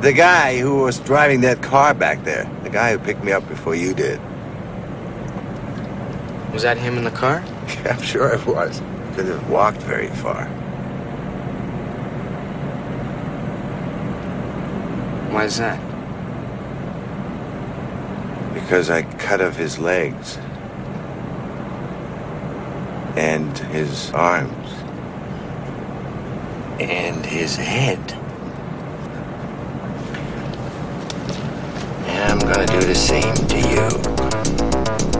The guy who was driving that car back there. The guy who picked me up before you did. Was that him in the car? I'm sure it was. Couldn't have walked very far. Why is that? Because I cut off his legs. And his arms. And his head. And I'm gonna do the same to you.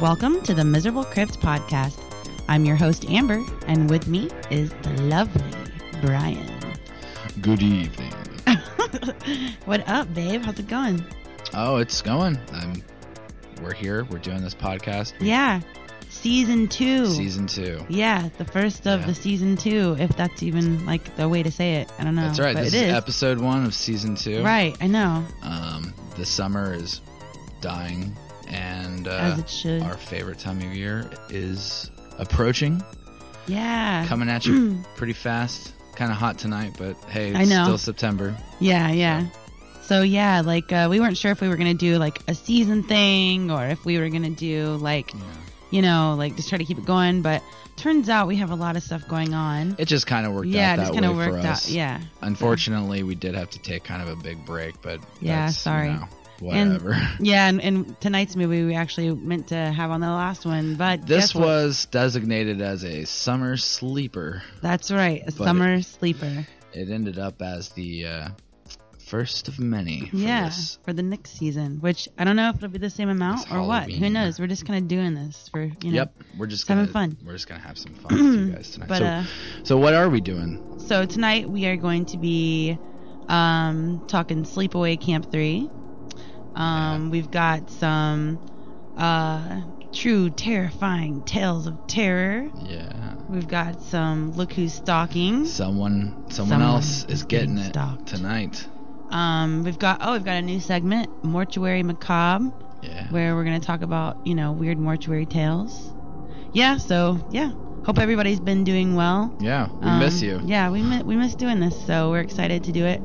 Welcome to the Miserable Crypt podcast. I'm your host, Amber, and with me is the lovely Brian. Good evening. what up, babe? How's it going? Oh, it's going. I'm. We're here. We're doing this podcast. Yeah, season two. Season two. yeah, the first of Yeah. the season two, if that's even like the way to say it. I don't know. That's right. But This it is, is. episode one of season two. Right, I know. Um, the summer is dying, and uh, as it should. our favorite time of year is approaching. yeah. Coming at you pretty fast. Kind of hot tonight, but hey, it's I know. still September. Yeah, yeah. So yeah, like uh, we weren't sure if we were gonna do like a season thing or if we were gonna do like Yeah. you know like just try to keep it going. But turns out we have a lot of stuff going on. It just kind of worked yeah, out just that kind of way for worked us. out. Yeah, Unfortunately, we did have to take kind of a big break, but Yeah, that's, you sorry. know, And- whatever. yeah. And, and tonight's movie we actually meant to have on the last one, but This guess what? was designated as a summer sleeper. that's right, a but summer sleeper. It ended up as the uh, first of many. For Yeah, This. for the next season, which I don't know if it'll be the same amount It's or what. Who Halloween. knows? We're just kind of doing this for you know. Yep. We're just having gonna- fun. We're just gonna have some fun with you guys tonight. But so, uh, so what are we doing? So tonight we are going to be um, talking Sleepaway Camp 3. Um, We've got some uh, true terrifying tales of terror. Yeah. We've got some Look Who's Stalking. Someone, someone, Someone else is is getting getting it stalked. tonight. Um, we've got, oh, we've got a new segment, Mortuary Macabre, Yeah. where we're going to talk about, you know, weird mortuary tales. Yeah, so yeah. Hope everybody's been doing well. yeah. We Um, miss you. Yeah, we miss, we miss doing this, so we're excited to do it.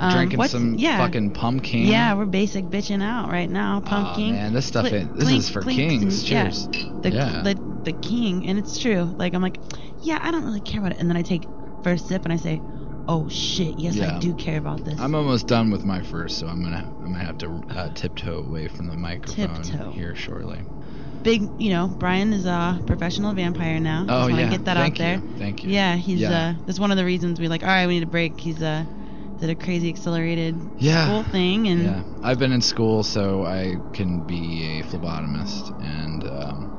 Um, Drinking what's- some yeah, fucking pumpkin. Yeah, we're basic bitching out right now. Pumpkin. Oh, man, this stuff. Clink, ain't this clink, is for clink, kings. yeah. Cheers. The, Yeah. the the king, and it's true. Like I'm like, yeah, I don't really care about it, and then I take first sip and I say, oh shit, yes I Yeah. do care about this. I'm almost done with my first, so I'm gonna I'm gonna have to uh, tiptoe away from the microphone Tiptoe. here shortly. Big, you know, Brian is a professional vampire now. oh Just want yeah, to get that thank out there. You. Thank you. Yeah, he's Yeah. uh, that's one of the reasons we like. All right, we need a break. He's uh, did a crazy accelerated Yeah. school thing, and yeah. I've been in school, so I can be a phlebotomist, and um,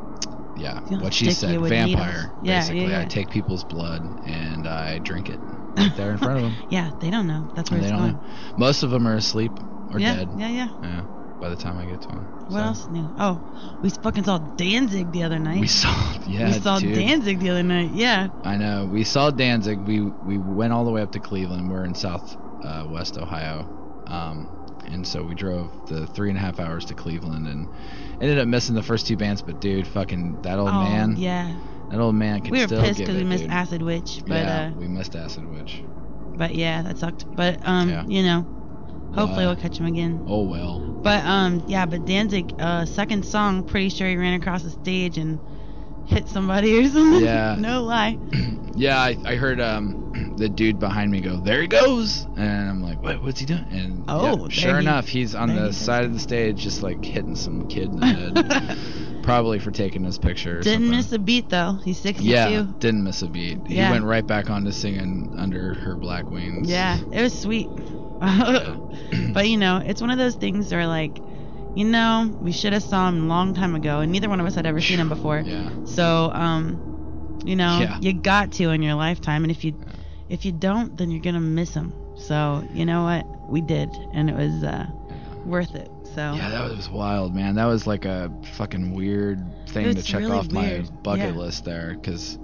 yeah, They'll what she stick said, you with vampire. needles. Yeah, yeah, basically, I yeah. take people's blood and I drink it right there in front of them. yeah, they don't know. That's where they it's going. don't know. Most of them are asleep or yeah, dead. yeah, yeah. Yeah, By the time I get to them. What else is new? Oh, we fucking saw Danzig the other night. We saw. Yeah. We saw dude. Danzig the other night. Yeah, I know. We saw Danzig. We we went all the way up to Cleveland. We're in South uh, West Ohio, um, and so we drove the three and a half hours to Cleveland and ended up missing the first two bands. But dude, fucking that old oh, man, Yeah, that old man can we were still pissed give because we it, missed dude. Acid Witch, but yeah, uh, we missed Acid Witch. but yeah, that sucked. But um, Yeah. you know, hopefully Wow. we'll catch him again. Oh well. But um, yeah, but Danzig, uh, second song, pretty sure he ran across the stage and hit somebody or something. Yeah. no lie. Yeah, I, I heard um the dude behind me go, "There he goes," and I'm like, "What? What's he doing?" And Oh, yeah, there sure he- enough, he's on there he the is. side of the stage, just like hitting some kid in the head. Probably for taking his picture. Or Didn't something. miss a beat though. He's 62. Yeah, didn't miss a beat. Yeah. He went right back on to singing under her black wings. Yeah, it was sweet. but you know, it's one of those things where like, you know, we should have saw him a long time ago, and neither one of us had ever seen him before. Yeah. So, um, you know, Yeah. you got to in your lifetime, and if you if you don't, then you're gonna miss him. So, you know what? We did, and it was uh, worth it. So Yeah, that was wild, man. That was like a fucking weird thing to It's check really off my weird, bucket yeah. list there, because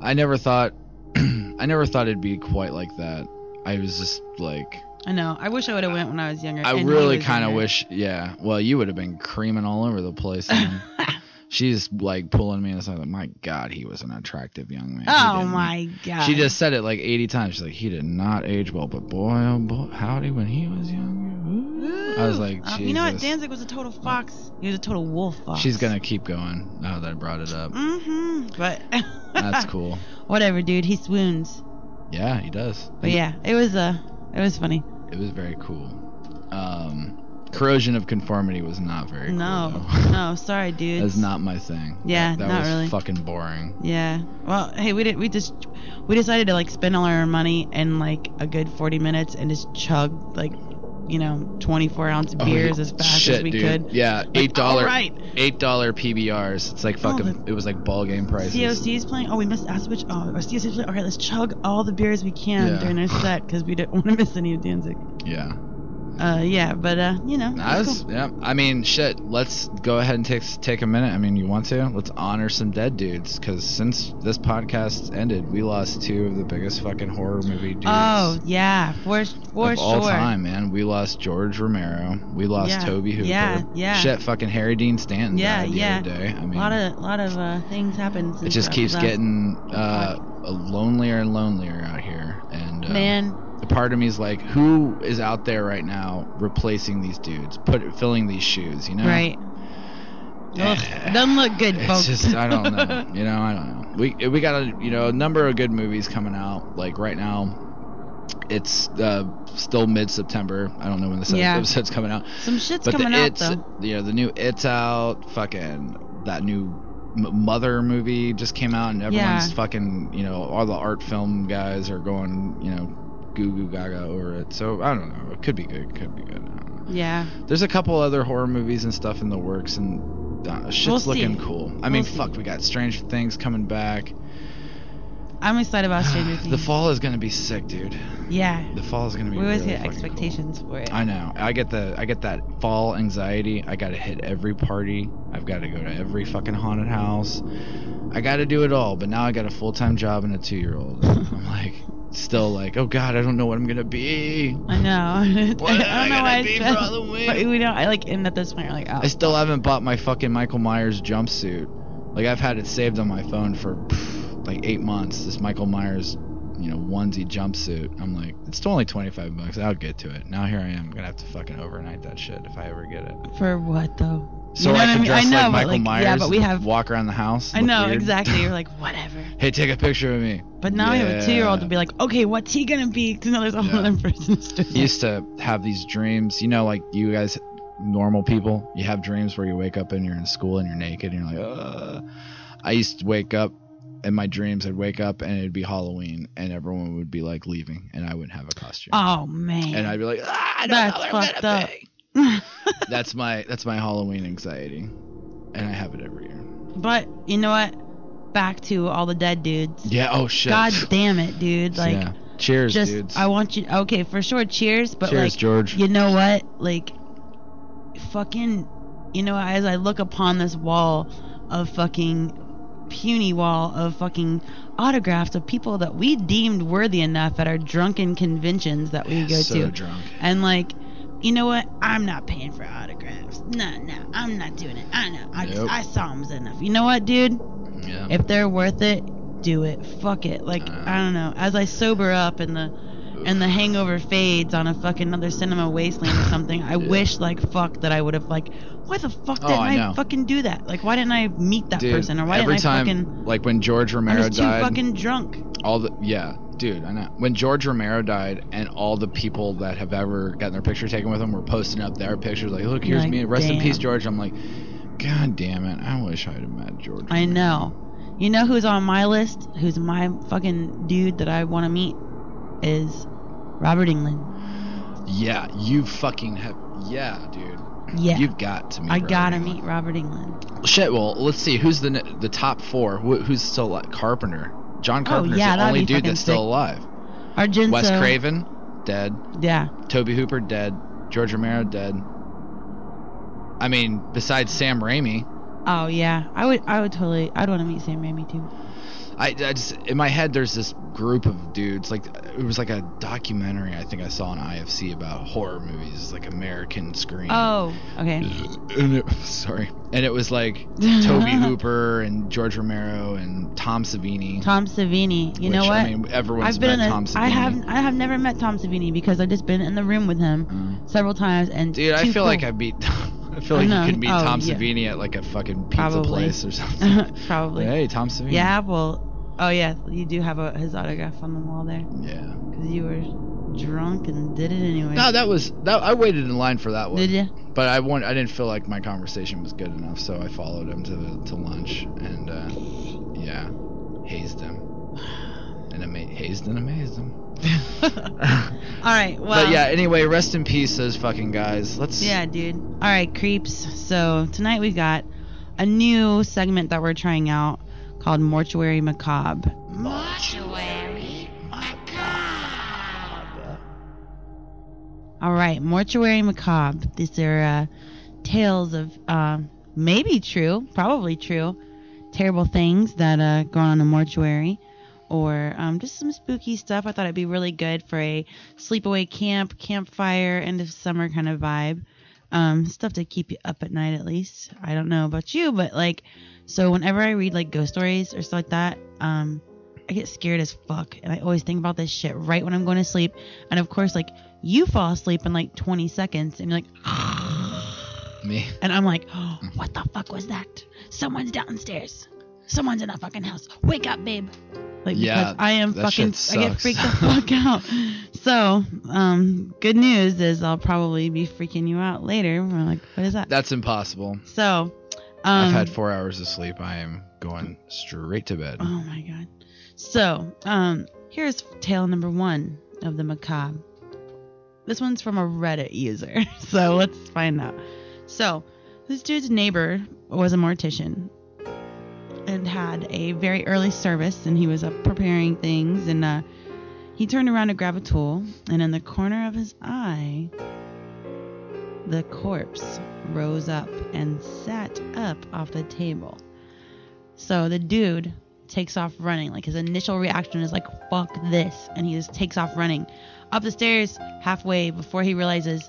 I never thought, I never thought it'd be quite like that. I was just like, I know. I wish I would have went when I was younger. I and he really was kind of younger. wish, yeah. Well, you would have been creaming all over the place. man. She's like pulling me and aside, like, my God, he was an attractive young man. He Oh didn't- my god. She just said it like 80 times. She's like, he did not age well, but boy, oh boy, howdy when he was younger. Ooh." I was Ooh. like, Um, you know what? Jesus. Danzig was a total fox. He was a total wolf fox. She's gonna keep going now that I brought it up. Mm-hmm. But That's cool. Whatever, dude. He swoons. Yeah, he does. But yeah, it was uh, it was funny. It was very cool. Um, corrosion of conformity was not very No, cool. though. no, sorry, dude. That's not my thing. Yeah, that, that not was really. fucking boring. Yeah. Well, hey, we did. We just we decided to like spend all our money in like a good forty minutes and just chug like you know twenty four ounce Oh, beers yeah. as fast Shit, as we dude. could. Yeah, eight dollar, alright. eight dollar PBRs. It's like fucking. it was like ball game prices. COC's playing. Oh, we missed Auschwitz. Oh, our COC's playing. All right, let's chug all the beers we can Yeah. during our set because we didn't want to miss any of Danzig. Yeah, Uh, yeah, but uh, you know, I it's was. Yeah, I mean, shit. Let's go ahead and take take a minute. I mean, you want to? Let's honor some dead dudes because since this podcast ended, we lost two of the biggest fucking horror movie dudes. Oh yeah, for for of sure. all time, man. We lost George Romero. We lost Yeah, Toby Hooper. yeah, yeah. Shit, fucking Harry Dean Stanton Yeah, died the yeah. other day. I A mean, lot of lot of uh, things happen. it since just that keeps last- getting uh, lonelier and lonelier out here. And um, man. a part of me is like, who is out there right now replacing these dudes, put filling these shoes? You know, Right. Ugh, doesn't look good, Eh, It's folks. just I don't know. you know, I don't know. We we got a you know a number of good movies coming out. Like right now, it's uh, still mid September. I don't know when this Yeah. episode's coming out. Some shit's but coming the out it's though. you know the new it's out. Fucking that new M- Mother movie just came out, and everyone's Yeah. fucking you know all the art film guys are going you know goo goo gaga over it. So I don't know. It could be good. Could be good. I don't know. Yeah. There's a couple other horror movies and stuff in the works, and I don't know, shit's We'll see. looking cool. I mean, We'll see. fuck, we got Stranger Things coming back. I'm excited about Stranger Things. the fall is gonna be sick, dude. Yeah. The fall is gonna be. We always really hit fucking cool. expectations for it. I know. I get the I get that fall anxiety. I gotta hit every party. I've gotta go to every fucking haunted house. I gotta do it all. But now I got a full time job and a two year old. I'm like, still like, oh god, I don't know what I'm gonna be. I know. What I am don't I know gonna why I be for said- Halloween? But we don't. I like end at this point. We're like, oh, I still haven't bought my fucking Michael Myers jumpsuit. Like I've had it saved on my phone for pff, like eight months. This Michael Myers, you know, onesie jumpsuit. I'm like, it's only 25 bucks. I'll get to it. Now here I am. gonna have to fucking overnight that shit if I ever get it. for what though? So know I what I can mean? dress I know, like but, Michael like, Myers. yeah, but we and have- walk around the house. I look know weird. exactly. You're like, whatever. hey, take a picture of me. But now we have a Yeah. two-year-old to be like, okay, what's he gonna be? Because now there's a whole Yeah. other person. to do. used to have these dreams, you know, like you guys, normal people, you have dreams where you wake up and you're in school and you're naked and you're like, Ugh. I used to wake up in my dreams, I'd wake up and it'd be Halloween and everyone would be like leaving and I wouldn't have a costume. Oh man. and I'd be like, ah, I don't That's know what I'm fucked gonna up. be." That's my that's my Halloween anxiety, and I have it every year. But you know what? Back to all the dead dudes. Yeah. Oh shit. God damn it, dude! Like, yeah. Cheers, just dudes. I want you. Okay, for sure. Cheers, but Cheers, like, George. you know what? Like, fucking, you know, as I look upon this wall of fucking puny wall of fucking autographs of people that we deemed worthy enough at our drunken conventions that we go so to, drunk. and like. You know what? I'm not paying for autographs. No, no, I'm not doing it. I know. I, Nope. I saw him enough. You know what, dude? Yeah. If they're worth it, do it. Fuck it. Like Uh. I don't know. As I sober up and the and the hangover fades on a fucking another cinema wasteland or something, I wish like fuck that I would have like why the fuck Oh, didn't I I, know. fucking do that? Like why didn't I meet that Dude, person or why every didn't I time, fucking like when George I Romero was too died, fucking drunk. all the yeah dude i know when george romero died and all the people that have ever gotten their picture taken with him were posting up their pictures like look here's Like, me rest in peace damn. george i'm like god damn it i wish i'd have met george I know. You know who's on my list? Who's my fucking dude that I want to meet is Robert England. yeah you fucking have yeah dude Yeah. you've got to meet I Robert gotta Englund. meet Robert England. shit well let's see who's the ne- the top four Wh- who's still alive carpenter john Oh, carpenter's yeah, the that'd only be dude fucking that's still sick. alive Argento. wes craven dead Yeah. toby hooper dead George Romero dead. I mean, besides Sam Raimi, Oh yeah, I would. I would totally. I'd want to meet Sam Raimi too. I, I just in my head there's this group of dudes like it was like a documentary I think I saw on IFC about horror movies like American Scream. Oh, okay. And it, sorry, and it was like Toby Hooper and George Romero and Tom Savini. Tom Savini. You which, know what? I mean, everyone's I've been in met a, Tom Savini. I have. I have never met Tom Savini because I've just been in the room with him Mm. several times. And Dude, I too feel like cool. I beat. I feel I like know. you can beat Oh, Tom yeah. Savini at like a fucking pizza Probably. place or something. probably. hey, Tom Savini. Yeah. Well. Oh yeah. You do have a, his autograph on the wall there Yeah. because you were drunk and did it anyway. No, that was that. I waited in line for that one. did you? But I want. I didn't feel like my conversation was good enough, so I followed him to the, to lunch and uh, yeah, hazed him and ama- hazed and amazed him. All right. Well. but yeah. Anyway, rest in peace, those fucking guys. Let's. Yeah, dude. All right, creeps. So tonight we've got a new segment that we're trying out called Mortuary Macabre. All right, Mortuary Macabre. These are uh, tales of um maybe true, probably true, terrible things that uh, go on in a mortuary, or um, just some spooky stuff. I thought it'd be really good for a sleepaway camp, campfire, end of summer kind of vibe. Um, stuff to keep you up at night, at least. I don't know about you, but like, so whenever I read like ghost stories or stuff like that, um, I get scared as fuck, and I always think about this shit right when I'm going to sleep. And of course, like you fall asleep in like 20 seconds, and you're like, Me. and I'm like, oh, what the fuck was that? Someone's downstairs. Someone's in the fucking house. Wake up, babe. Like Yeah, because I am that fucking, shit I get sucks. freaked the fuck out. So, um, good news is I'll probably be freaking you out later. We're like, what is that? That's impossible. so, um, I've had four hours of sleep. I am going straight to bed. Oh my god. So, um, here's tale number one of the macabre. This one's from a Reddit user, so let's find out. So, this dude's neighbor was a mortician and had a very early service, and he was up preparing things, and uh, he turned around to grab a tool, and in the corner of his eye, the corpse rose up and sat up off the table. So the dude takes off running. Like his initial reaction is like, fuck this. And he just takes off running up the stairs halfway before he realizes,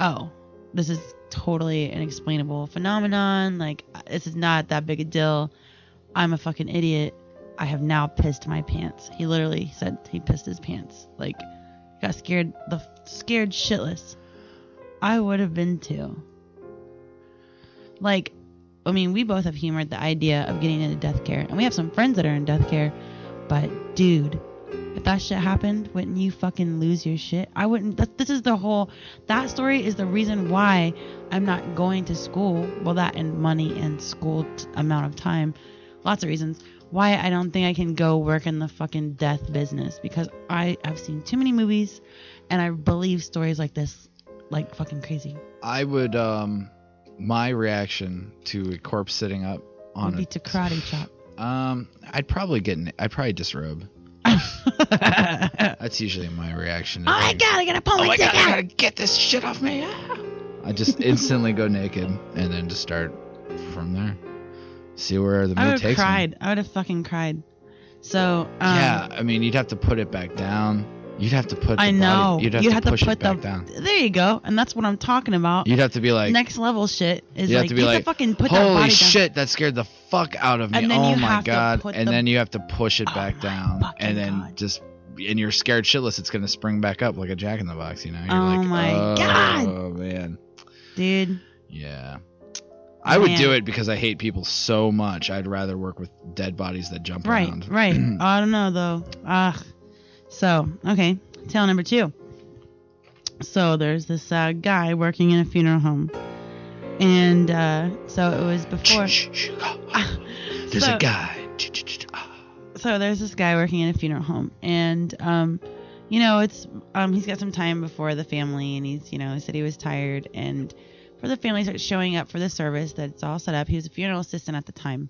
oh, this is totally an explainable phenomenon. Like, this is not that big a deal. I'm a fucking idiot. I have now pissed my pants. He literally said he pissed his pants. Like, got scared, the scared shitless. I would have been too. Like, I mean, we both have humored the idea of getting into death care, and we have some friends that are in death care. But dude, if that shit happened, wouldn't you fucking lose your shit? I wouldn't. That, this is the whole. That story is the reason why I'm not going to school. Well, that and money and school t- amount of time, lots of reasons why I don't think I can go work in the fucking death business because I have seen too many movies, and I believe stories like this, like fucking crazy. I would. Um, my reaction to a corpse sitting up on Would be to karate chop. a. Um, I'd probably get. An, I'd probably disrobe. That's usually my reaction. To I things. gotta get a Oh pull Oh my dick out. get this shit off me. I just instantly go naked and then just start from there. See where the I would mood have takes me. cried. I would have fucking cried. So um, yeah, I mean, you'd have to put it back down. You'd have to put. The I know. Body, you'd have you to have to push put it back the. down. There you go, and that's what I'm talking about. You'd have to be like. Next level shit is you'd like have you to be have like. to fucking put Holy that body shit! That scared the fuck out of me. And then oh you my have to god! put and the- then you have to push it Oh back my down, fucking and then God. just. And you're scared shitless. It's gonna spring back up like a jack in the box. You know. You're Oh like, my oh, God." Oh man. down, dude. Yeah. I would do Man. it because I hate people so much. I'd rather work with dead bodies that jump Right, around. right. I don't know though. Ugh. So okay, tale number two. So there's this uh, guy working in a funeral home, and uh, so it was before. Shh, shh, shh. Ah, There's So- a guy. Ch- ch- ch- ah. so there's this guy working in a funeral home and um you know it's um he's got some time before the family and he's you know he said he was tired and for the family starts showing up for the service that's all set up he was a funeral assistant at the time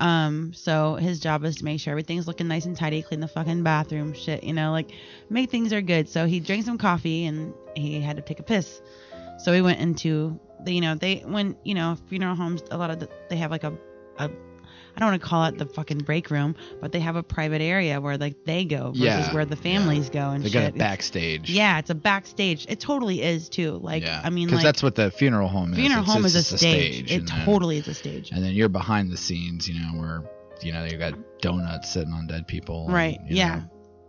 Um, so his job is to make sure everything's looking nice and tidy, clean the fucking bathroom, shit, you know, like make things are good. So he drank some coffee and he had to take a piss. So he went into the, you know, they when you know funeral homes, a lot of the, they have like a, a, I don't want to call it the fucking break room, but they have a private area where like they go versus Yeah, where the families go and They got shit. it backstage. Yeah, it's a backstage. It totally is too. Like I mean, like because that's what the funeral home is. funeral It's- home it's is just a stage. It and then- totally is a stage. And then you're behind the scenes, you know, where you know you got donuts sitting on dead people. and, Right? um, you yeah. know,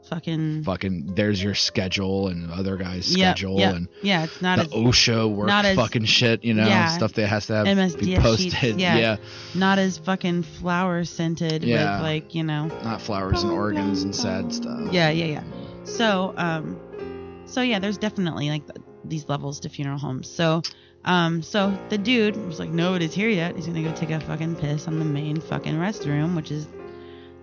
Fucking. fucking there's your schedule and other guys' Yep, schedule yep. and yeah, it's not the as OSHA work not as- fucking shit, you know, yeah. stuff that has to have be MSDS posted. sheets, yeah. not as fucking flower scented Yeah. with like you know. not flowers and organs and sad stuff. Yeah, yeah, yeah. So, um, so yeah, there's definitely like th- these levels to funeral homes. So, um, so the dude was like, nobody's here yet. He's gonna go take a fucking piss on the main fucking restroom, which is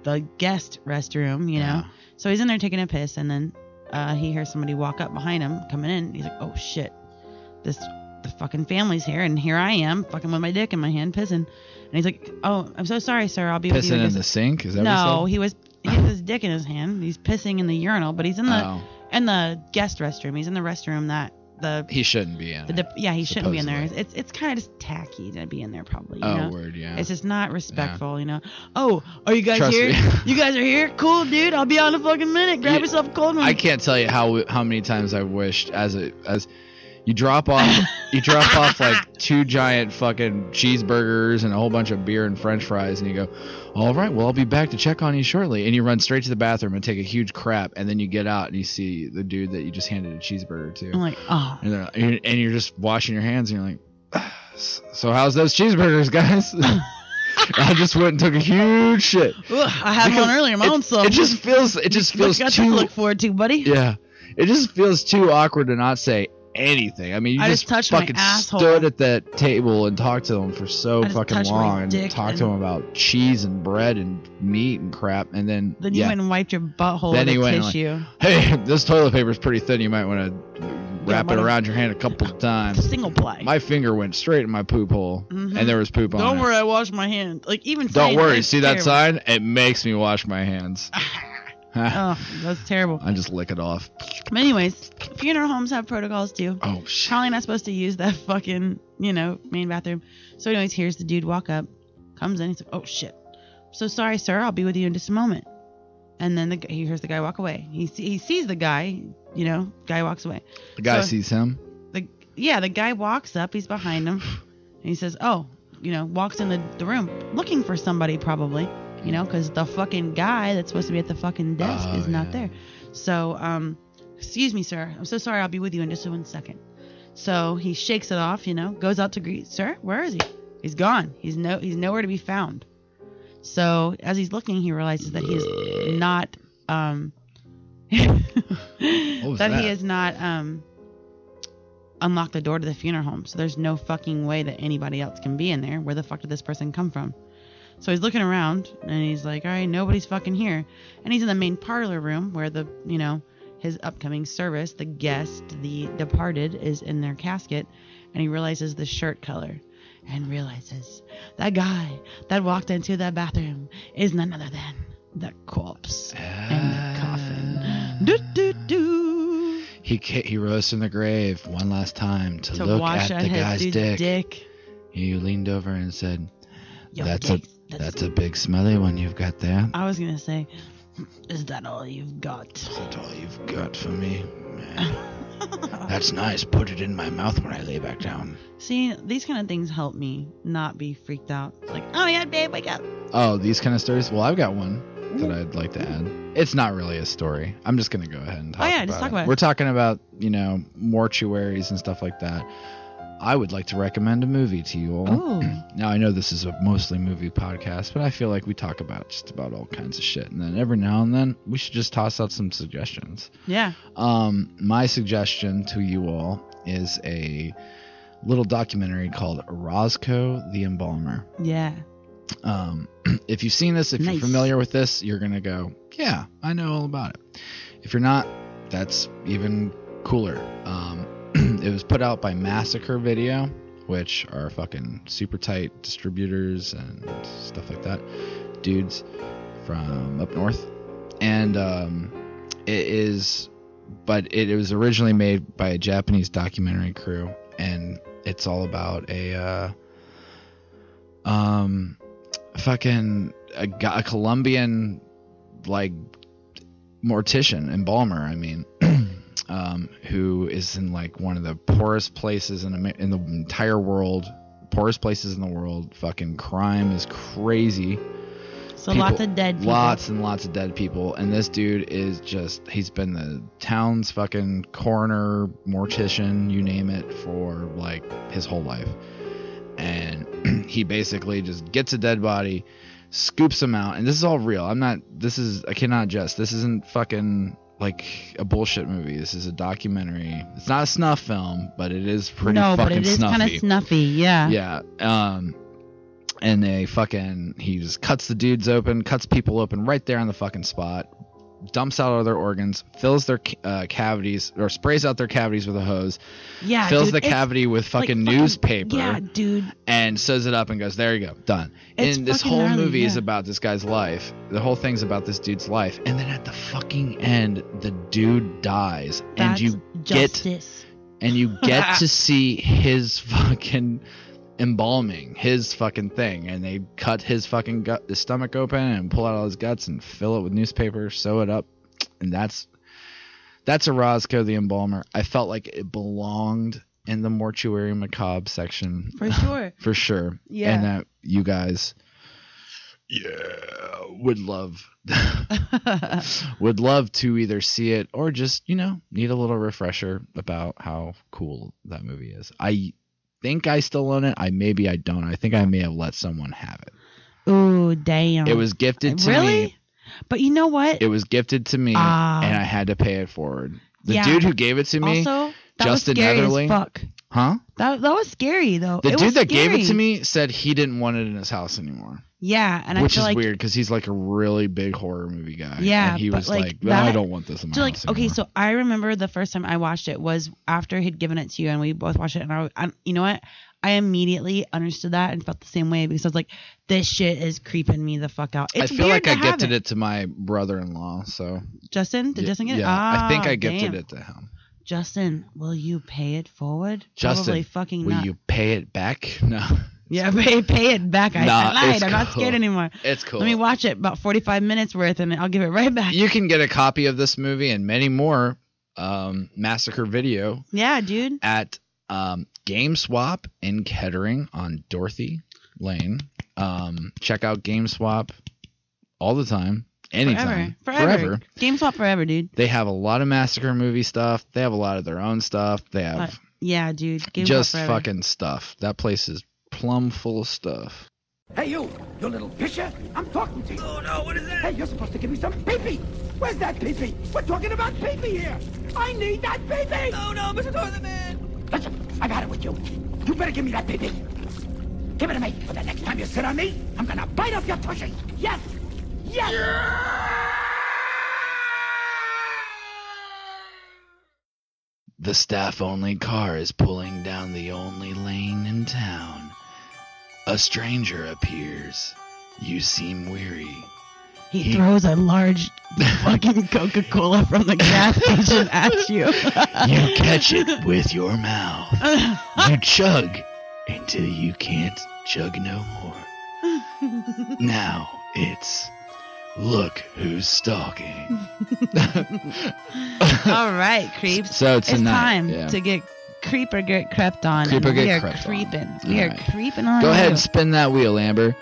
the guest restroom, you know. Yeah. So he's in there taking a piss, and then uh, he hears somebody walk up behind him coming in. He's like, "Oh shit, this the fucking family's here, and here I am, fucking with my dick in my hand, pissing." And he's like, "Oh, I'm so sorry, sir. I'll be with you." in Pissing in just-" the sink? Is that no, what you he was he has his dick in his hand. He's pissing in the urinal, but he's in the said? No. in the guest restroom. He's in the restroom that the Oh, He shouldn't be in. the it. dip- yeah he shouldn't be in there. supposedly. It's it's kind of just tacky to be in there probably. You oh, know? word, yeah. It's just not respectful, you know. Oh, are you guys Trust here? me. you guys are here? Cool, dude. I'll be on a fucking minute. Grab Yeah. yourself a cold one. I can't tell you how how many times I wished as a as you drop off you drop off like two giant fucking cheeseburgers and a whole bunch of beer and French fries and you go, all right, well I'll be back to check on you shortly and you run straight to the bathroom and take a huge crap and then you get out and you see the dude that you just handed a cheeseburger to I'm like, oh, and they're, and and you're just washing your hands and you're like, "Ah, so how's those cheeseburgers, guys? I just went and took a huge shit. ugh, I had Because one earlier, my it, own self. It just feels it just What feels you got too to look forward to, buddy. yeah, it just feels too awkward to not say anything. I mean, you I just, just touched my fucking asshole. stood at that table and talked to them for so I just fucking touched my long and dick talked and- to them about cheese and bread and meat and crap, and then, Then you yeah, went and wiped your butthole Then with he a went and, like, tissue. hey, this toilet paper's pretty thin. You might want to wrap it wanna- around your hand a couple of times. Single ply. My finger went straight in my poop hole, Mhm. and there was poop on Don't it. worry, I washed my hand. Like even Don't saying worry. that's See that terrible. sign? It makes me wash my hands. Oh, that's terrible. I just lick it off. But anyways, funeral homes have protocols too. Oh shit. Probably not supposed to use that fucking, you know, main bathroom. So anyways, here's the dude walk up, comes in, he's like, Oh shit. So sorry, sir, I'll be with you in just a moment. And then the, g- he hears the guy walk away. He see, he sees the guy, you know, guy walks away. The guy so- sees him. The yeah, the guy walks up, he's behind him, and he says, Oh, you know, walks in the, the room looking for somebody probably, you know, because the fucking guy that's supposed to be at the fucking desk Oh, is not yeah. there. So, um, excuse me, sir. I'm so sorry. I'll be with you in just one second. So he shakes it off, you know, goes out to greet, sir. Where is he? He's gone. He's no. He's nowhere to be found. So as he's looking, he realizes that he is not. Um, that, was that? he has not um, unlocked the door to the funeral home. So there's no fucking way that anybody else can be in there. Where the fuck did this person come from? So he's looking around and he's like, all right, nobody's fucking here. And he's in the main parlor room where the, you know, his upcoming service, the guest, the departed, is in their casket. And he realizes the shirt color and realizes that guy that walked into that bathroom is none other than the corpse in Ah. the coffin. Do, do, do. He ca- he rose from the grave one last time to, To look wash at the out guy's his dick. dude's dick. He leaned over and said, Yo, "That's dicks, a that's a big smelly one you've got there. I was gonna say, is that all you've got? That's all you've got for me. Man. Ah. that's nice. Put it in my mouth when I lay back down." See, these kind of things help me not be freaked out. It's like, oh my god, babe, wake up. Oh, these kind of stories. Well, I've got one that I'd like to add. It's not really a story. I'm just gonna go ahead and talk. Oh, yeah, about just talk it. about it. We're talking about you know mortuaries and stuff like that. I would like to recommend a movie to you all. Ooh. Now I know this is a mostly movie podcast, but I feel like we talk about just about all kinds of shit, and then every now and then we should just toss out some suggestions. Yeah. Um, my suggestion to you all is a little documentary called Roscoe the Embalmer. Yeah. Um, if you've seen this, if Nice. you're familiar with this, you're gonna go, yeah, I know all about it. If you're not, that's even cooler. Um, it was put out by Massacre Video, which are fucking super tight distributors and stuff like that. dudes from up north, and um, it is, but it, was originally made by a Japanese documentary crew, and it's all about a, uh, um, fucking a, gu- a Colombian like mortician embalmer. I mean. Um, who is in like one of the poorest places in, Amer- in the entire world, poorest places in the world. Fucking crime is crazy. So People- lots of dead people. Lots and lots of dead people. And this dude is just, he's been the town's fucking coroner, mortician, you name it, for like his whole life. And he basically just gets a dead body, scoops him out. And this is all real. I'm not, this is, I cannot jest. This isn't fucking like a bullshit movie. This is a documentary. It's not a snuff film, but it is pretty no, fucking but it is snuffy kind of snuffy. Yeah. yeah um and they fucking he just cuts the dudes open cuts people open right there on the fucking spot dumps out all their organs fills their ca- uh, cavities or sprays out their cavities with a hose Yeah. fills dude, the it's cavity with like fucking newspaper Yeah, dude. and sews it up and goes, "There you go, done." It's and this fucking whole gnarly, movie is yeah. about this guy's life. The whole thing's about this dude's life, and then at the fucking end, the dude dies, That's and you get justice. and you get to see his fucking embalming, his fucking thing, and they cut his fucking gut, his stomach open, and pull out all his guts and fill it with newspaper, sew it up, and that's that's a Roscoe the embalmer. I felt like it belonged in the mortuary macabre section for sure. for sure. Yeah. And that you guys yeah, would love would love to either see it or just, you know, need a little refresher about how cool that movie is. I think I still own it. I maybe I don't. I think I may have let someone have it. Ooh, damn. It was gifted to really. me. But you know what? It was gifted to me Ah. and I had to pay it forward. The Yeah. dude who gave it to me, also, that Justin was scary Netherly. as fuck. huh? That that was scary though. The It dude was that gave it to scary. me said he didn't want it in his house anymore. Yeah, and I which feel is like weird because he's like a really big horror movie guy. Yeah, and he but, was like, like, "Well, I that- don't want this in my So like house okay, anymore." so I remember the first time I watched it was after he'd given it to you, and we both watched it, and I, I you know what, I immediately understood that and felt the same way because I was like, this shit is creeping me the fuck out. I It's feel weird like to I have gifted it. to my brother-in-law. So Justin, did Y- Justin get it? yeah, I think Ah, I gifted damn. it to him. Justin, will you pay it forward? Justin, Probably fucking Will not. you pay it back? No, Yeah, pay pay it back. I, Nah, I lied. it's I'm not cool. scared anymore. it's cool. Let me watch it about 45 minutes worth, and I'll give it right back. you can get a copy of this movie and many more um, massacre video yeah, dude. at um, GameSwap in Kettering on Dorothy Lane. Um, check out GameSwap all the time, anytime, Forever. Forever. GameStop forever, dude. They have a lot of massacre movie stuff. They have a lot of their own stuff. They have Uh, Yeah, dude. GameStop just forever. fucking stuff. That place is plumb full of stuff. Hey, you, you little pisher! I'm talking to you. Oh, no, what is that? Hey, you're supposed to give me some pee-pee. Where's that pee-pee? We're talking about pee-pee here. I need that pee-pee. No, no, Mr. Toiletman. Listen, I've had it with you. You better give me that pee-pee. Give it to me. For the next time you sit on me, I'm gonna bite off your tushy. Yes, yes. The staff only car is pulling down the only lane in town. A stranger appears. You seem weary. He, throws a large fucking Coca Cola from the gas station at you. You catch it with your mouth. You chug until you can't chug no more. Now it's look who's stalking. All right, creeps. So it's tonight, time yeah. to get creeper get crept on. Creeper and get we are crept on. creeping. We All are right. creeping on. Go ahead you. and spin that wheel, Amber.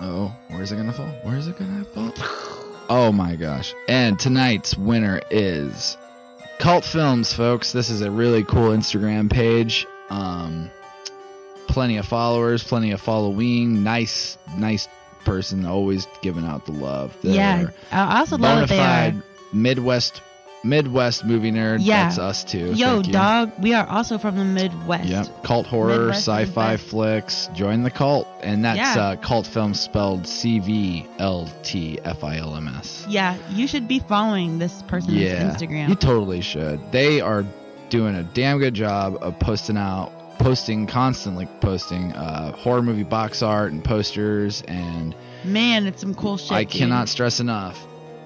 Oh, where's it gonna fall? Where's it gonna fall? Oh my gosh. And tonight's winner is Cult Films, folks. This is a really cool Instagram page. Um plenty of followers, plenty of following. Nice, nice person always giving out the love. They're Yeah, I I also love bona it there. fide Midwest Midwest movie nerd. Yeah. That's us too. Yo, Thank you. dog, we are also from the Midwest. Yeah, cult horror, Midwest is sci-fi best. flicks. Join the cult, and that's Yeah. uh, cult film spelled C V L T F I L M S. Yeah, you should be following this person's Yeah, Instagram. you totally should. They are doing a damn good job of posting out posting constantly posting uh, horror movie box art and posters and Man, it's some cool shit. I dude. cannot stress enough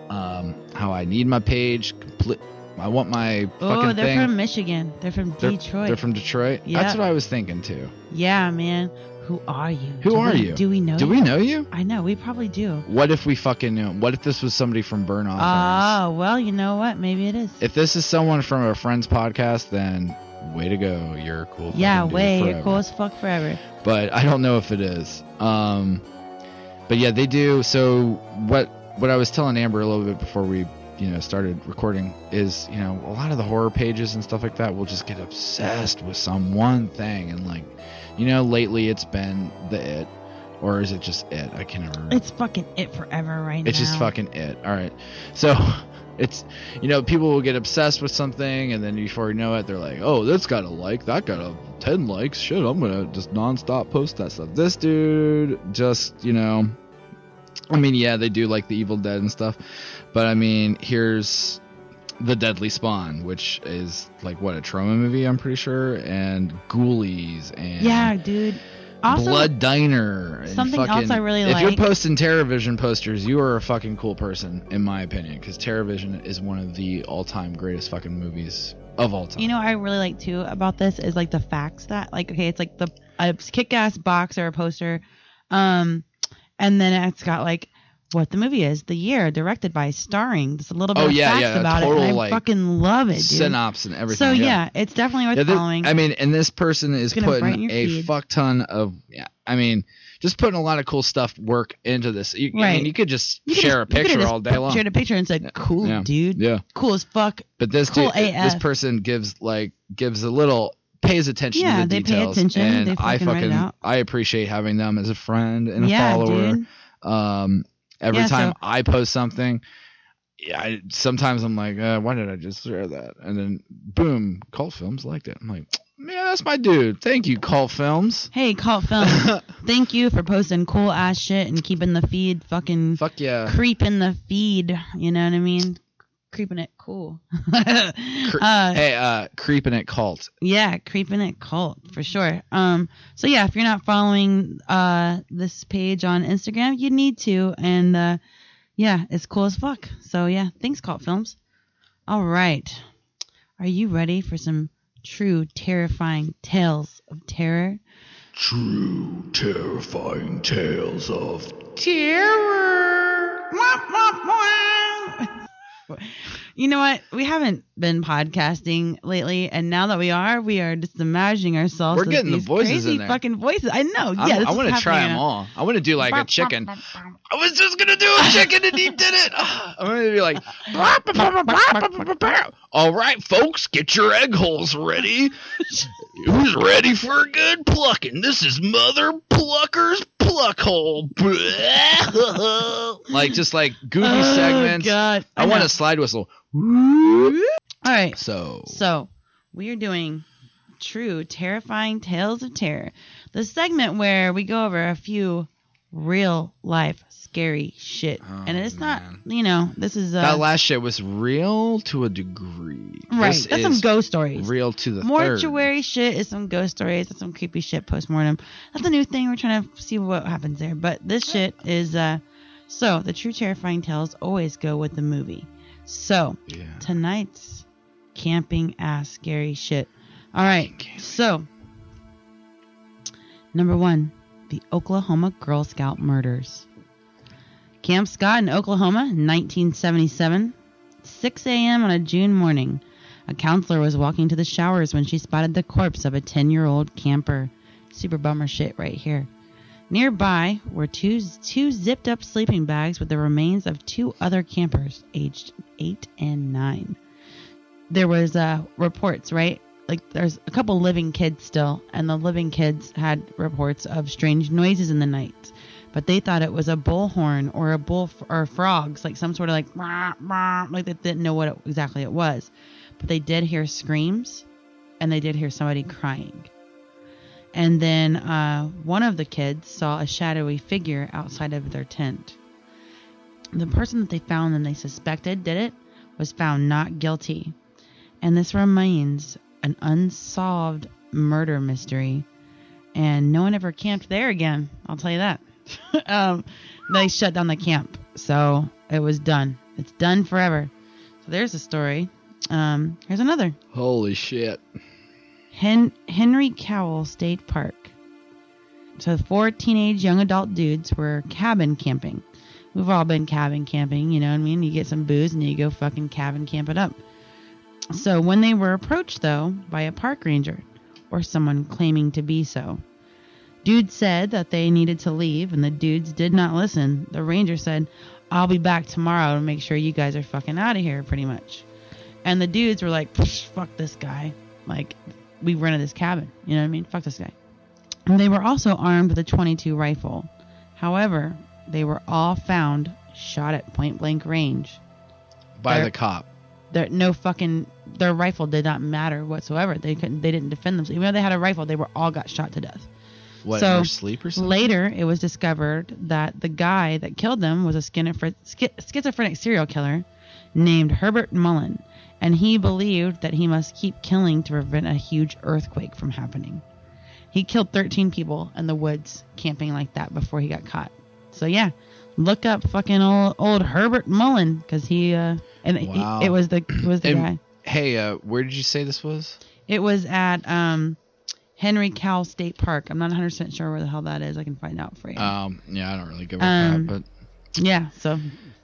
um, how I need my page. Complete. I want my Oh, fucking they're thing. from Michigan. They're from They're- Detroit. They're from Detroit. Yeah. That's what I was thinking too. yeah, man. Who are you? Who Do are we- you? Do we know? Do you? we know you? I know. We probably do. What if we fucking knew? What if this was somebody from Burn Off? Ends? Oh, well, you know what? Maybe it is. If this is someone from a friend's podcast, then way to go. You're a cool. yeah, fucking dude way. You're forever. cool as fuck forever. but I don't know if it is. Um, but yeah, they do. So what what I was telling Amber a little bit before we you know started recording is you know a lot of the horror pages and stuff like that will just get obsessed with some one thing and like you know lately it's been the it or is it just it I can't remember. It's fucking it forever right now. It's just fucking it. All right. So it's you know people will get obsessed with something and then before you know it they're like oh that's got a like that got a 10 likes shit i'm gonna just nonstop post that stuff this dude just you know i mean yeah they do like the evil dead and stuff but i mean here's the deadly spawn which is like what a trauma movie i'm pretty sure and ghoulies and Yeah, dude. Also, Blood Diner. and something fucking- else I really if like- you're posting TerraVision posters, you are a fucking cool person, in my opinion, because TerraVision is one of the all-time greatest fucking movies of all time. You know, what I really like too about this is like the facts that like okay, it's like the a kick-ass box or a poster, um, and then it's got like what the movie is, the year, directed by, starring, just a little bit Oh, of yeah, facts yeah, a about it. total, And I like, fucking love it, dude. synopsis and everything. so yeah. it's definitely worth Yeah, thi- following. I mean, and this person It's is gonna brighten putting your a feed. fuck ton of. Yeah, I mean, just putting a lot of cool stuff work into this. You, I Right. mean, you could just You could share just- you a could picture have all just day long. Shared a picture and said, "Cool, Yeah. dude. Yeah. Cool as fuck." But this Cool dude, this AF. person gives like gives a little pays attention Yeah, to the they pay details, attention. and They I fucking write it fucking out. I appreciate having them as a friend and a yeah, follower. dude. Um, every Yeah, time so- I post something, yeah, I, sometimes I'm like, uh, why did I just share that? And then boom, Cult Films liked it. I'm like, man, that's my dude. Thank you, Cult Films. Hey, Cult Film, thank you for posting cool ass shit and keeping the feed fucking Fuck yeah. creeping the feed. You know what I mean? Creeping it cool. uh, hey, uh, creeping at Cult. yeah, creeping it cult for sure. Um, so yeah, if you're not following uh this page on Instagram, you need to. And uh, yeah, it's cool as fuck. So yeah, thanks, cult films. All right, are you ready for some true terrifying tales of terror? True terrifying tales of. Terror. You know what? We haven't been podcasting lately, and now that we are, we are just imagining ourselves. We're as getting the these voices crazy in there. fucking voices. I know. I'm- yeah, this I is want to try happening them now. all. I want to do like a chicken. I was just gonna do a chicken and he did it. Ah, I'm gonna be like, "Bah, bah, bah, bah, bah, bah, bah, bah. all right, folks, get your egg holes ready. Who's ready for a good plucking? This is Mother Plucker's pluck hole. like just like goofy Oh, segments. God. I want know. a slide whistle. All right. So So, we are doing True Terrifying Tales of Terror, the segment where we go over a few real life scary shit. Oh, and it's man. not, you know, this is uh, that last shit was real to a degree. right. This That's some is ghost stories. real to the third. Mortuary shit is some ghost stories. That's some creepy shit post mortem. That's a new thing. We're trying to see what happens there. But this shit is uh so the true terrifying tales always go with the movie. So Yeah. tonight's camping ass scary shit. All right. So number one, the Oklahoma Girl Scout murders. Camp Scott in Oklahoma, 1977, 6 a.m. on a June morning. A counselor was walking to the showers when she spotted the corpse of a 10 year old camper. Super bummer shit right here. Nearby were two, two zipped up sleeping bags with the remains of two other campers aged 8 and 9. There was uh, reports, right? Like there's a couple living kids still, and the living kids had reports of strange noises in the night, but they thought it was a bullhorn or a bull or frogs, like some sort of like "Wah, wah," like they didn't know what it, exactly it was, but they did hear screams, and they did hear somebody crying. And then uh, one of the kids saw a shadowy figure outside of their tent. The person that they found and they suspected did it was found not guilty. And this remains an unsolved murder mystery, and no one ever camped there again. I'll tell you that. um, they shut down the camp, so it was done. It's done forever. So there's a story. Um, here's another. Holy shit. Hen- Henry Cowell State Park. So four teenage young adult dudes were cabin camping. We've all been cabin camping, you know what I mean? You get some booze and you go fucking cabin camp it up. So when they were approached though by a park ranger or someone claiming to be so, dude said that they needed to leave and the dudes did not listen. The ranger said, "I'll be back tomorrow to make sure you guys are fucking out of here pretty much." And the dudes were like, "Psh, "Fuck this guy." Like we rented this cabin, you know what I mean? Fuck this guy. And they were also armed with a 22 rifle. However, they were all found shot at point blank range. By There- the cop. Their no fucking their rifle did not matter whatsoever. They couldn't they didn't defend themselves. Even though they had a rifle, they were all got shot to death. What, So, in her sleep or something? Later, it was discovered that the guy that killed them was a schizophren- schi- schizophrenic serial killer named Herbert Mullen, and he believed that he must keep killing to prevent a huge earthquake from happening. He killed 13 people in the woods camping like that before he got caught. So yeah, look up fucking old, old Herbert Mullen because he uh and he- Wow. it was the it was the And- guy. Hey, uh, where did you say this was? It was at um Henry Cowell State Park. I'm not 100 percent sure where the hell that is. I can find out for you. Um, yeah, I don't really give a Um, crap, Yeah, so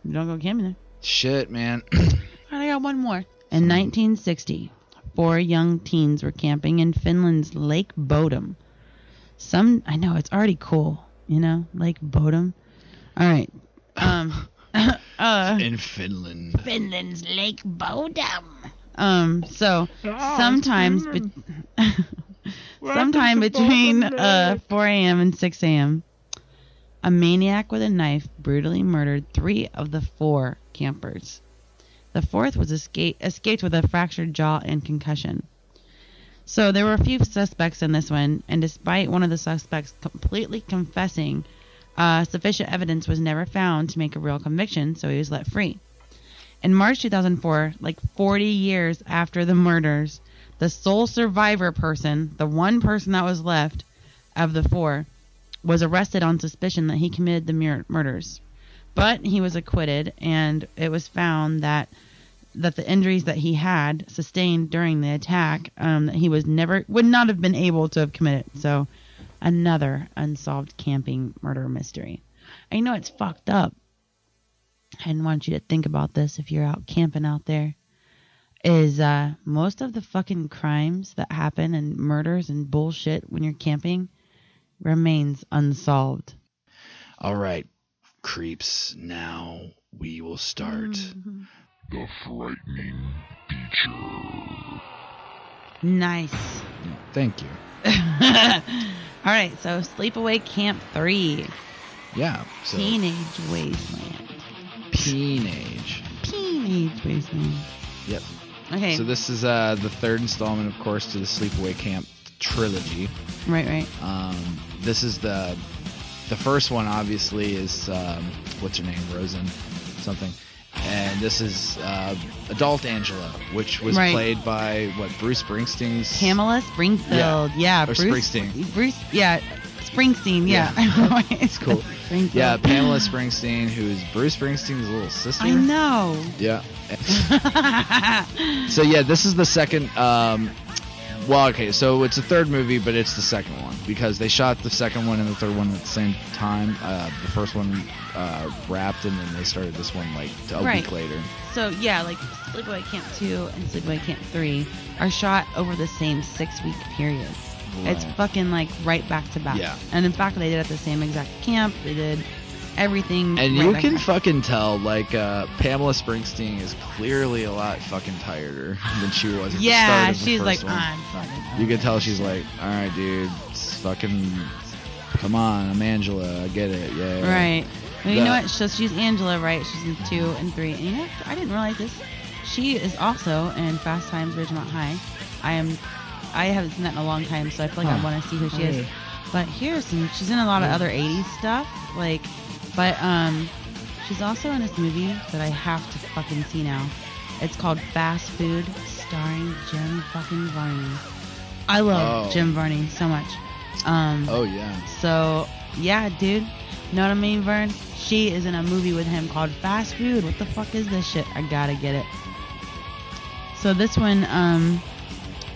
you don't go camping there. but shit, man. All right, I got one more. In 1960, four young teens were camping in Finland's Lake Bodom. Some, I know, it's already cool, you know, Lake Bodom. All right. Um, uh, in Finland. Finland's Lake Bodom. Um, so sometimes, be- sometime between uh, 4 a.m. and 6 a.m., a maniac with a knife brutally murdered three of the four campers. The fourth was escaped, escaped with a fractured jaw and concussion. So there were a few suspects in this one, and despite one of the suspects completely confessing, uh, sufficient evidence was never found to make a real conviction, so he was let free. In March 2004, like 40 years after the murders, the sole survivor person, the one person that was left of the four, was arrested on suspicion that he committed the mur- murders. But he was acquitted, and it was found that that the injuries that he had sustained during the attack, um, that he was never would not have been able to have committed. So, another unsolved camping murder mystery. I know it's fucked up, and want you to think about this if you're out camping out there is uh most of the fucking crimes that happen and murders and bullshit when you're camping remains unsolved. All right, creeps. Now we will start. Mm-hmm. The Frightening Feature. Nice. Thank you. All right, so Sleepaway Camp 3, Yeah. So Teenage Wasteland. teenage. Teenage Wasteland. Yep. Okay. So this is uh, the third installment, of course, to the Sleepaway Camp trilogy. right, right. Um, this is the the first one, obviously, is um, what's her name, Rosen, something, and this is uh, adult Angela, which was Right. played by what Bruce Springsteen's Pamela Springfield. Yeah, Or Bruce. Springsteen. Bruce, yeah. Springsteen, yeah. it's cool. Springfield. Yeah, Pamela Springsteen, who's Bruce Springsteen's little sister. I know. Yeah. so yeah, this is the second. Um, well, okay, so it's the third movie, but it's the second one because they shot the second one and the third one at the same time. Uh, the first one uh, wrapped, and then they started this one like a Right. week later. So yeah, like Sleepaway Camp Two and Sleepaway Camp Three are shot over the same six-week period. It's Right. fucking like right back to back. Yeah. And in fact, they did it at the same exact camp. They did everything. And right you back can to back. fucking tell, like uh, Pamela Springsteen is clearly a lot fucking tireder than she was. At the yeah, start of the she's first like one. I'm fucking. You can tell she's like, all right, dude, it's fucking, come on, I'm Angela, I get it, yeah. yeah." Right. Well, you know The- what? So she's Angela, right? She's in two and three. And you know, what? I didn't realize this. She is also in Fast Times Ridgemont High. I am. I haven't seen that in a long time, so I feel like I Huh. want to see who she is. But here's some. She's in a lot of other '80s stuff, like. But um, she's also in this movie that I have to fucking see now. It's called Fast Food, starring Jeremy fucking Varney. I love Oh. Jim Varney so much. Um, Oh yeah. So, yeah, dude. Know what I mean, Vern? She is in a movie with him called Fast Food. What the fuck is this shit? I gotta get it. So this one, um,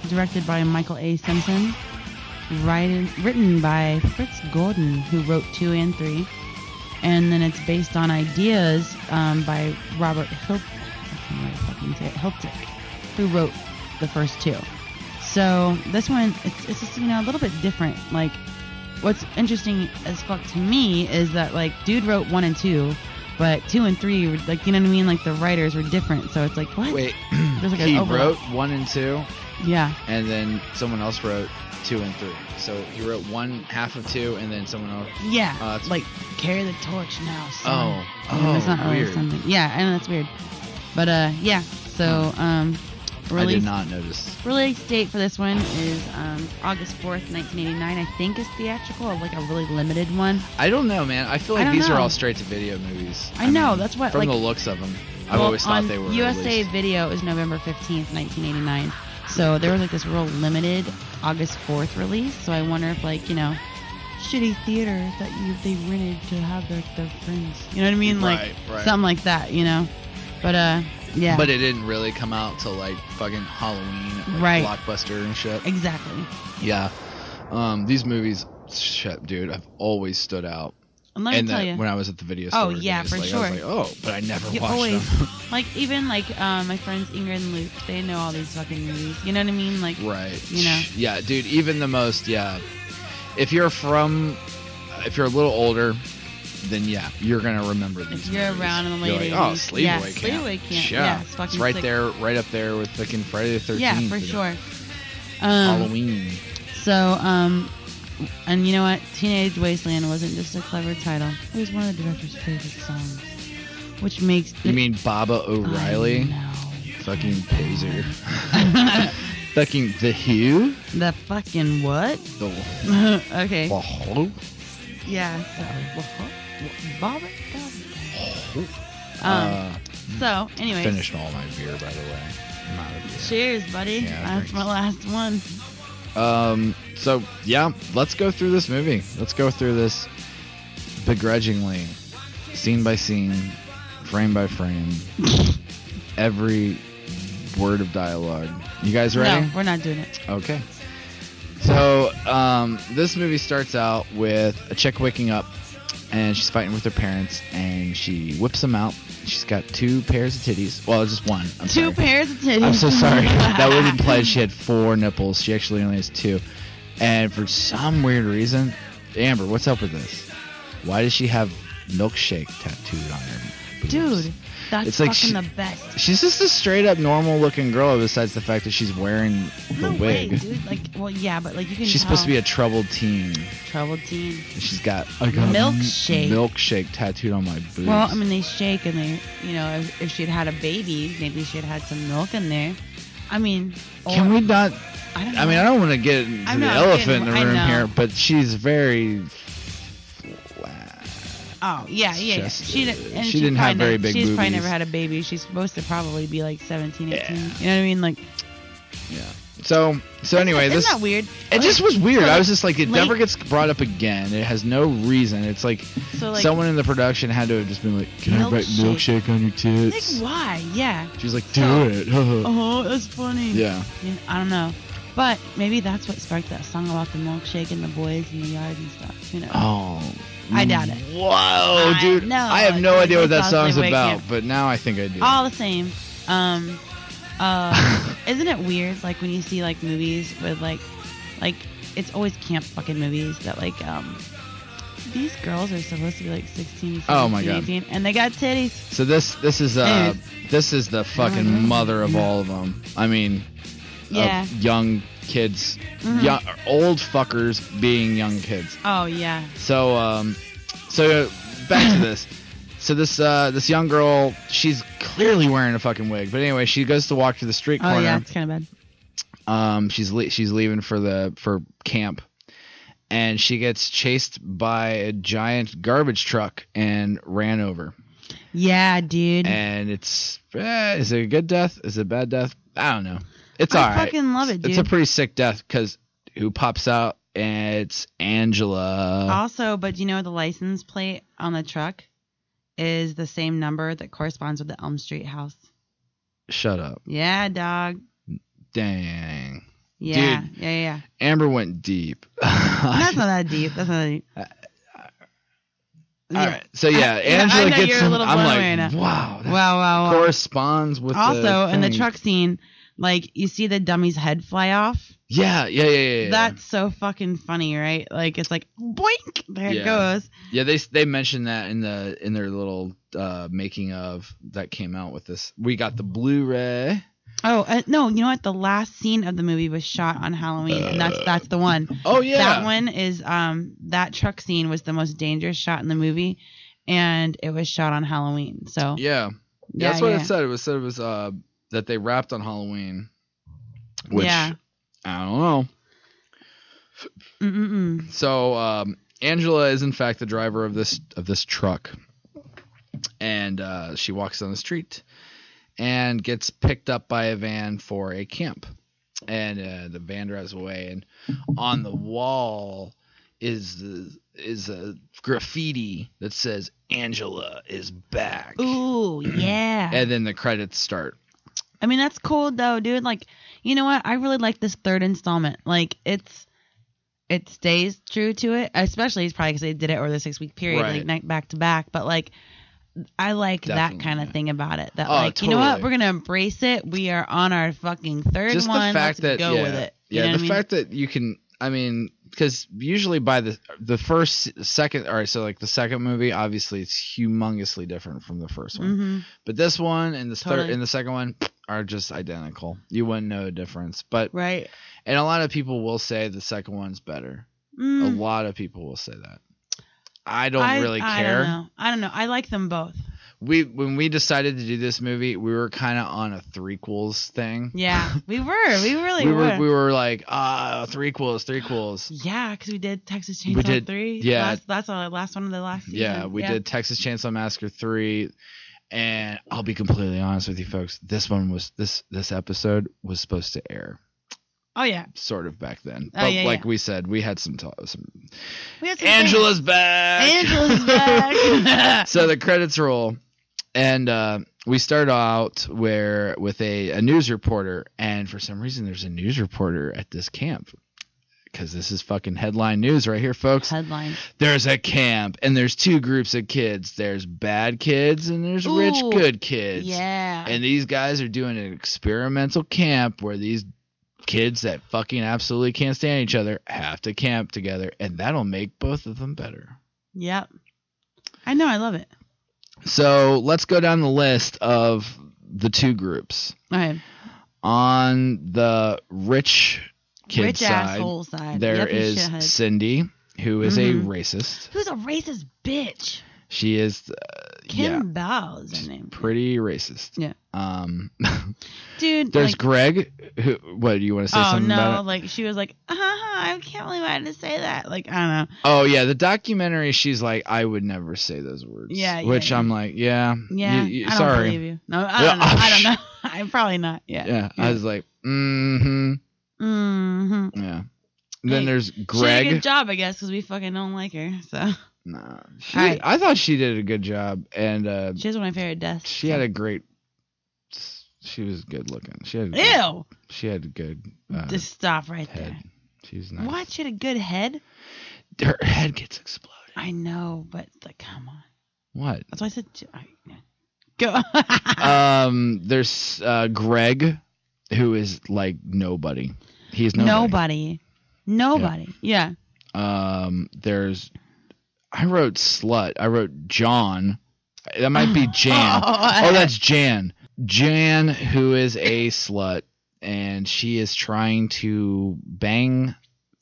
directed by Michael A. Simpson, written, written by Fritz Gordon, who wrote two and three, and then it's based on ideas um, by Robert Hilp. I can't really fucking say it. Hilptic, who wrote the first two. So this one, it's, it's just you know a little bit different. Like what's interesting as fuck to me is that like dude wrote one and two, but two and three were like you know what I mean. Like the writers were different, so it's like what? Wait, There's like an he overlap. wrote one and two, Yeah, and then someone else wrote two and three. So he wrote one half of two, and then someone else. yeah. Uh, it's- like carry the torch now. Son. Oh, You know, oh, it's not really weird. something. Yeah, I know that's weird, but uh, yeah. So um, I did release not notice. release date for this one is um August fourth, nineteen eighty nine. I think is theatrical, like a really limited one. I don't know, man. I feel I like don't these are know. all straight to video movies. I know, that's what, From like- the looks of them, I've Well, always thought on they were USA released. Video is November 15th, 1989. So there was like this real limited August 4th release. So I wonder if like, you know, shitty theaters that you they rented to have their, their friends. You know what I mean? Like Right, right. something like that, you know. But uh yeah. But it didn't really come out till like fucking Halloween, like Right. blockbuster and shit. exactly. Yeah, um, these movies, shit, dude, have always stood out. And let me and uh, tell that you. when I was at the video store, Oh, yeah, just for like, sure. I was like, oh, but I never you watched always them. like even like uh, my friends Ingrid and Luke, they know all these fucking movies. You know what I mean? Like right. You know. Yeah, dude. Even the most. Yeah. If you're from, if you're a little older, then yeah, you're gonna remember these. you're movies. around in the You're late like, oh, 80s. Sleepaway Yeah, Camp. Sleepaway Camp. Yeah, Yeah, it's it's, fucking right sick. there, right up there with fucking Friday the Thirteenth. yeah, for sure. Um, Halloween. So, um, and you know what? Teenage Wasteland wasn't just a clever title. It was one of the director's favorite songs, which makes You mean Baba Um, I O'Reilly? know. Fucking taser. fucking the Who. the fucking what? The okay. Wahoo. Yeah. So, what? What? Bob- Um. Uh, so, anyways, finished all my beer, by the way. I'm out of beer. cheers, buddy. Yeah, That's thanks. my last one. Um, so yeah, let's go through this movie. Let's go through this begrudgingly, scene by scene, frame by frame, every word of dialogue. You guys ready? No, we're not doing it. Okay. So um, this movie starts out with a chick waking up, and she's fighting with her parents, and she whips them out. She's got two pairs of titties. Well, just one. I'm Two sorry. pairs of titties. I'm so sorry. that would imply she had four nipples. She actually only has two. And for some weird reason, Amber, what's up with this? Why does she have milkshake tattooed on her? boobs? Dude, that's It's like fucking she- the best. She's just a straight up normal looking girl, besides the fact that she's wearing the No way, wig. dude. Like, well, yeah, but like you can. she's supposed to be a troubled teen. troubled teen. And She's got got Milkshake. milkshake tattooed on my boobs. Well, I mean, they shake and they, you know, if, if she'd had a baby, maybe she'd had some milk in there. I mean, can or- we not? I don't know. I mean, I don't want to get into I'm the not elephant in the getting- I room know. here, but she's very flat. oh yeah, yeah. yeah. Just, she uh, didn't. And she she didn't have probably very ne- big She's probably boobies. never had a baby. She's supposed to probably be like 17, 18. Yeah. You know what I mean? Like. So, so anyway, isn't this that weird? it just was weird. I was just like, it like- never gets brought up again. It has no reason. It's like, So like. someone in the production had to have just been like, "Can I write Milkshake. milkshake on your like tits?" why? Yeah. She's like, "Do So- it." Oh, that's funny. Yeah, Yeah, I don't know. But maybe that's what sparked that song about the milkshake and the boys in the yard and stuff. You know. Oh. I doubt it. Whoa, I dude. know, I have no dude, idea what that that's song's honestly about, wicked. but now I think I do. all the same um uh isn't it weird like when you see like movies with like like it's always camp fucking movies that like um these girls are supposed to be like 16 17, Oh my God. 18 and they got titties so this this is uh Anyways. this is the fucking Mhm. mother of all of them. I mean, yeah of young kids, Mhm. young, old fuckers being young kids. oh yeah So um, so uh, back to this. So this uh, this young girl, she's clearly wearing a fucking wig. But anyway, she goes to walk to the street corner. oh yeah it's kind of bad Um, she's le- she's leaving for the for camp, and she gets chased by a giant garbage truck and ran over. Mm-hmm. yeah dude And it's eh, is it a good death? Is it a bad death? I don't know. It's I all right. fucking love it, It's a dude. pretty sick death because who pops out? It's Angela. also, but you know the license plate on the truck is the same number that corresponds with the Elm Street house. Shut up. Yeah, dog. Dang. Yeah, Dude. yeah, yeah. Amber went deep. That's not that deep. That's not that deep. Uh, All right. So yeah, I Angela know gets. you're a some- little I'm blown away like, now. wow. That Wow, wow, wow. corresponds with. the Also, in the thing. truck scene, like you see the dummy's head fly off. Yeah, yeah, yeah, yeah. yeah. That's so fucking funny, right? Like it's like boink, there Yeah. it goes. yeah. They they mentioned that in the in their little uh making of that came out with this. We got the Blu-ray. Oh uh, no, you know what? The last scene of the movie was shot on Halloween, and that's that's the one. Oh Uh, yeah. That one is um that truck scene was the most dangerous shot in the movie, and it was shot on Halloween. So Yeah. yeah, That's what yeah. it said. It was said it was uh that they wrapped on Halloween. Which Yeah. I don't know. Mm-mm-mm. So um, Angela is in fact the driver of this of this truck, and uh, she walks down the street and gets picked up by a van for a camp, and uh, the van drives away. And on the wall is the is a graffiti that says Angela is back, Ooh, yeah. and then the credits start. I mean, that's cool though, dude. Like, you know what? I really like this third installment. Like, it's it stays true to it, especially it's probably because they did it over the six week period, Right. like night back to back. But like, I like Definitely, that kind of yeah. thing about it. That Oh, like, you know what? totally. We're gonna embrace it. We are on our fucking third Just one. the Let's fact that go yeah, with it. You yeah, know the what I mean? fact that you can. I mean, because usually by the the first second. All right, so like the second movie, obviously it's humongously different from the first one. Mhm. But this one and this third Totally. and the second one are just identical. You wouldn't know a difference. But Right. and a lot of people will say the second one's better. A Mm, lot of people will say that. I don't I- really I care don't know. I don't know. I like them both. we when we decided to do this movie, we were kind of on a threequels thing. Yeah, we were. We really we were. were we were like ah threequels, threequels. Yeah, because we did Texas We Chainsaw did- Three. yeah. Last- that's our last one of the last. Season. Yeah, we did Texas Chainsaw Massacre three, and I'll be completely honest with you folks. This one was this this episode was supposed to air Oh yeah, sort of back then, Oh, but yeah, like yeah. we said, we had some talk. Some we had some Angela's back. Angela's back. so the credits roll, and uh, we start out where with a, a news reporter, and for some reason there's a news reporter at this camp. Because this is fucking headline news right here, folks. headline. There's a camp, and there's two groups of kids. There's bad kids, and there's rich Ooh, good kids. yeah. And these guys are doing an experimental camp where these kids that fucking absolutely can't stand each other have to camp together, and that'll make both of them better. yep. I know. I love it. So let's go down the list of the two groups. All right. On the rich kid Rich side, asshole side. there Yep, you is shithead. Cindy, who is Mhm. a racist. Who's a racist bitch? She is, uh, Kim yeah, Bao is her name. pretty racist. Yeah. Um, Dude. there's like, Greg. Who? What do you want to say? Oh something no! about it? Like she was like, uh huh. I can't believe I had to say that. Like I don't know. Oh yeah, the documentary. She's like, I would never say those words. Yeah, yeah, Which yeah. I'm like, yeah. Yeah, you- you- I don't sorry. believe you. No, I Yeah. don't know. I don't know. I'm probably not. Yeah. Yeah, I was like, mm-hmm. Mm-hmm. Yeah. Then Hey, there's She did a Greg. good job, I guess, because we fucking don't like her. So Nah, she, All right. I thought she did a good job, and uh, she's one of my favorite deaths. she had a great. She was good looking. She had. Good, ew. she had good uh, Just stop right head. there. She's nice. What? She had a good head. Her head gets exploded. I know, but like, come on. What? That's why I said j- I, yeah. go. Um. There's uh, Greg, who is like nobody. He's nobody. Nobody. Nobody. Yeah. Um. There's. I wrote slut. I wrote John. That might be Jan. oh, that's Jan. Jan, who is a slut, and she is trying to bang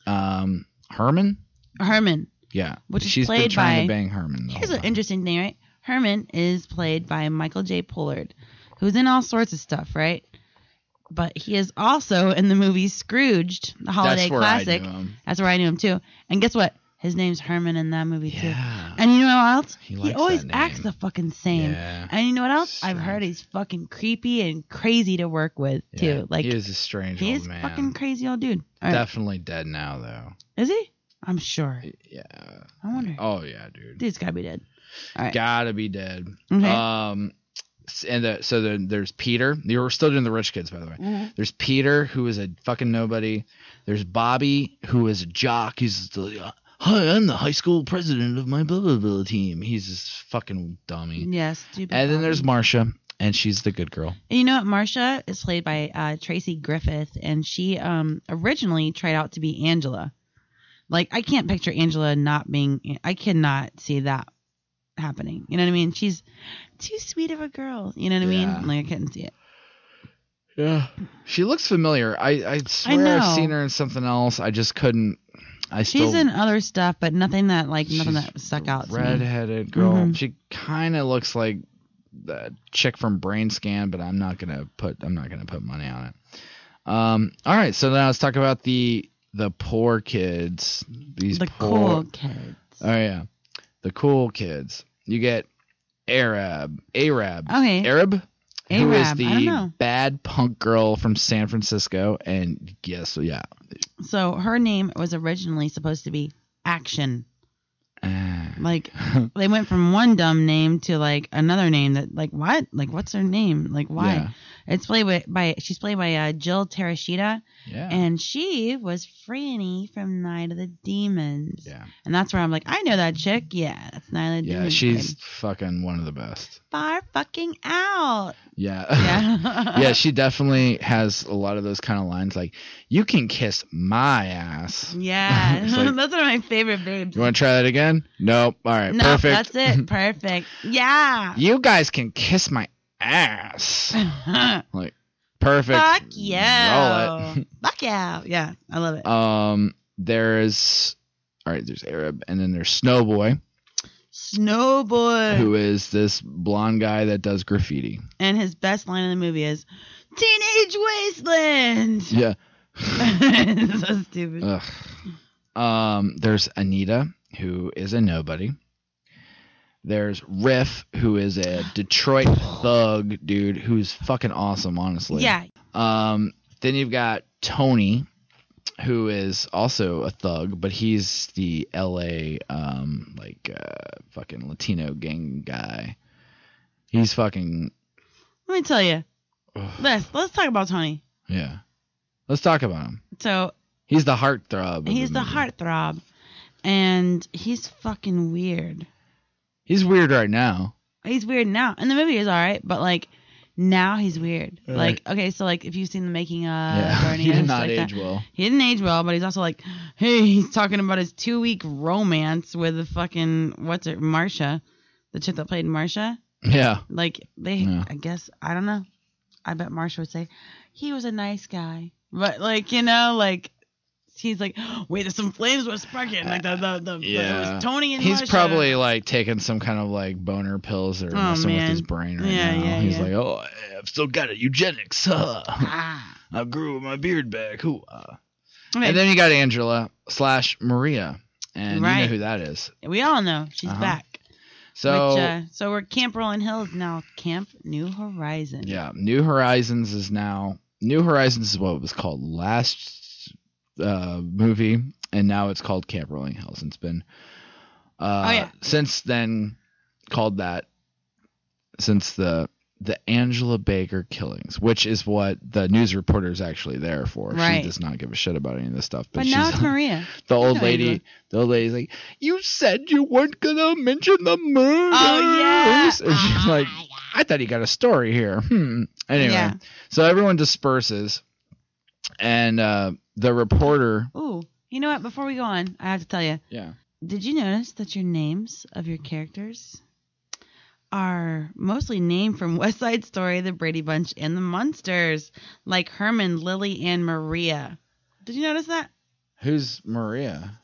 um, Herman. Herman. Yeah, Which is she's been played trying to by- bang Herman. the Here's whole an time. interesting thing, right? Herman is played by Michael J. Pollard, who's in all sorts of stuff, right? But he is also in the movie Scrooged, the holiday That's where I classic. knew him. That's where I knew him too. And guess what? His name's Herman in that movie Yeah. too. And you know what else? He He, likes always that acts name. the fucking same. Yeah. And you know what else? I've Strange. heard he's fucking creepy and crazy to work with too. Yeah, like he is a strange he old is man. fucking crazy old dude. All right. Definitely dead now though. Is he? I'm sure. Yeah. I wonder. Oh yeah, dude. Dude's gotta be dead. All right. Mm-hmm. Gotta be dead. Okay. Um, s- and the, so then there's Peter. You were still doing the rich kids, by the way. Mm-hmm. There's Peter, who is a fucking nobody. There's Bobby, who is a jock. He's the uh, hi, I'm the high school president of my blah blah blah team. He's this fucking dummy. Yes. stupid And then there's Bobby. Marcia, and she's the good girl. And you know what? Marsha is played by uh, Tracy Griffith, and she um, originally tried out to be Angela. Like, I can't picture Angela not being. I cannot see that happening. You know what I mean? She's too sweet of a girl. You know what I Yeah. mean? Like, I couldn't see it. Yeah. She looks familiar. I I swear I know. have seen her in something else. I just couldn't. I She's still. in other stuff, but nothing that like nothing She's that stuck out. To me. redheaded girl. Mhm. She kind of looks like the chick from Brain Scan, but I'm not gonna put I'm not gonna put money on it. Um. All right. So now let's talk about the the poor kids. These The poor. cool kids. Oh yeah, the cool kids. You get Arab, Arab, Okay. Arab. Who is Oh, Arab, I the don't know. bad punk girl from San Francisco? And yes, yeah, So her name was originally supposed to be Action. Ah. Like they went from one dumb name to like another name that like what? Like what's her name? Like why? Yeah. It's played by, by she's played by uh, Jill Tereshita, yeah, and she was Franny from Night of the Demons. yeah, And that's where I'm like, I know that chick. Yeah, that's Night of the yeah. Demons. She's babe. fucking one of the best. far fucking out. Yeah. Yeah. yeah, she definitely has a lot of those kind of lines like, you can kiss my ass. Yeah. It's like- that's one of my favorite babes. You want to try that again? Nope. All right. no, perfect. that's it. Perfect. Yeah. You guys can kiss my ass. like, perfect. Fuck yeah. Roll it. Fuck yeah. Yeah, I love it. um, there's, all right, there's Arab, and then there's Snowboy, Snowboy. who is this blonde guy that does graffiti. And his best line in the movie is Teenage Wasteland. Yeah. Uh, so stupid. Ugh. Um, there's Anita, who is a nobody. There's Riff, who is a Detroit thug dude who's fucking awesome, honestly. yeah. Um, then you've got Tony, who is also a thug, but he's the LA um like uh fucking Latino gang guy. He's fucking Let me tell you. Ugh. Let's let's talk about Tony. yeah. Let's talk about him. So He's the heartthrob. of he's the movie. heartthrob, and he's fucking weird. He's weird right now. He's weird now, and the movie is all right, but like now he's weird. Right. Like okay, so like if you've seen the making of yeah. Bernie, He uh, and stuff did not like that, age well. He didn't age well, but he's also like, hey, he's talking about his two week romance with the fucking what's her Marsha, the chick that played Marsha. Yeah. Like they, Yeah. I guess I don't know. I bet Marsha would say he was a nice guy, but like you know, like he's like, wait, there's some flames were sparking. Like the the the, the- it Yeah. was Tony and He's Marsha. probably like taking some kind of like boner pills or Oh, messing man. with his brain right Yeah, now. yeah, He's yeah. like, oh, I've still got it. Eugenics. Huh? Ah. I grew my beard back. Hoo. ah." Okay, And then you got Angela slash Maria. And you Right. know who that is. we all know she's Uh-huh. back. So, Which, uh, so we're Camp Rolling Hills now. Camp New Horizon. yeah, New Horizons is now. New Horizons is what it was called last uh, movie. And now it's called Camp Rolling Hills. It's been uh, Oh, yeah. since then called that since the the Angela Baker killings, which is what the news reporter is actually there for. Right. She does not give a shit about any of this stuff. But, But she's now it's Maria. the old know Angela. lady. The old lady's like, "You said you weren't gonna mention the murders." Oh, yeah. and she's like, "I thought he got a story here." Hmm. Anyway, Yeah. so everyone disperses, and uh, the reporter. Ooh, you know what? Before we go on, I have to tell you. Yeah. Did you notice that your names of your characters are mostly named from West Side Story, The Brady Bunch, and The Munsters, like Herman, Lily, and Maria? Did you notice that? Who's Maria?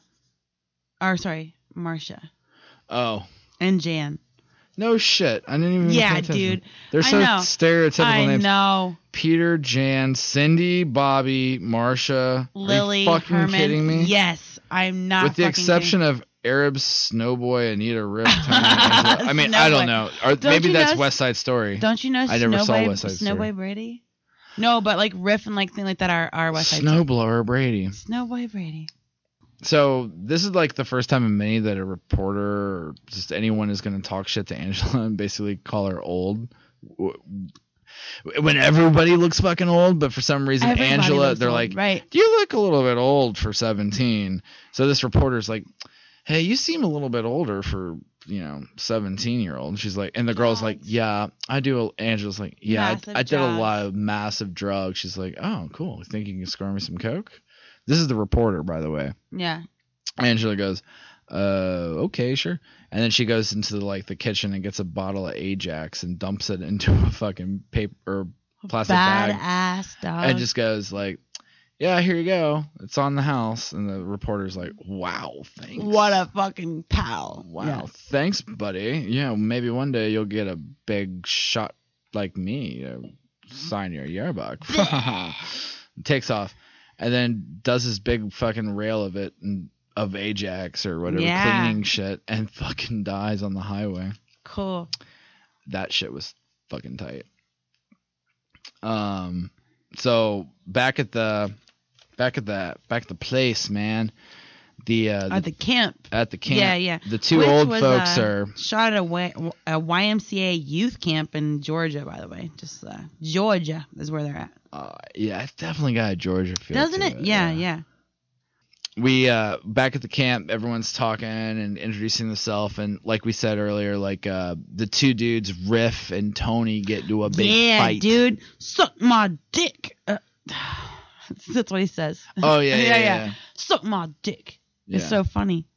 Or sorry, Marcia Oh. and Jan. No shit. I didn't even. Yeah, pay attention. dude. They're I so know. stereotypical I names. know. Peter, Jan, Cindy, Bobby, Marcia. Lily, Are you fucking Herman. kidding me? Yes, I'm not. with the Ah, fucking exception kidding. of Arab Snowboy, Anita Rip. Tony Angelo. I mean, I Snowboy. don't know. Or Don't maybe you that's know- West Side Story. don't you know I never Snowboy, saw West Side Story. Snowboy Brady? No, but like Riff and like things like that are, are West Side Story. Snowblower Brady. Snowboy Brady. So this is like the first time in many that a reporter or just anyone is going to talk shit to Angela and basically call her old. W- When everybody looks fucking old, but for some reason Everybody Angela, looks they're old, like, right. "You look a little bit old for 17." So this reporter's like, "Hey, you seem a little bit older for you know 17 year old." And she's like, and the girl's like, Drugs. "Yeah, I do." Angela's like, "Yeah, I- Massive I, did a drugs. lot of massive drugs." She's like, "Oh, cool. You think you can score me some coke?" This is the reporter, by the way. Yeah. Angela goes, uh, okay, sure. And then she goes into the, like the kitchen and gets a bottle of Ajax and dumps it into a fucking paper or plastic bag Badass dog. and just goes like, yeah, here you go. It's on the house. And the reporter's like, wow, thanks. what a fucking pal. wow, thanks, buddy. Yeah, maybe one day you'll get a big shot like me. Uh, Mm-hmm. sign your yearbook. Takes off, and then does his big fucking rail of it and of Ajax or whatever Yeah. cleaning shit, and fucking dies on the highway. Cool. That shit was fucking tight. Um, so back at the back at the back at the place, man. The uh, At the the, camp. at the camp. Yeah, yeah. The two Which old was, folks uh, are Shot at a, y- a YMCA youth camp in Georgia, by the way. Just uh, Georgia is where they're at. Uh, yeah, it's definitely got a Georgia feel. Doesn't to it? Yeah, yeah. We uh, back at the camp, everyone's talking and introducing themselves, and like we said earlier, like uh, the two dudes, Riff and Tony, get into a big yeah, fight. dude. Suck my dick. Uh, that's what he says. Oh yeah, yeah, yeah. Suck my dick. It's Yeah. so funny.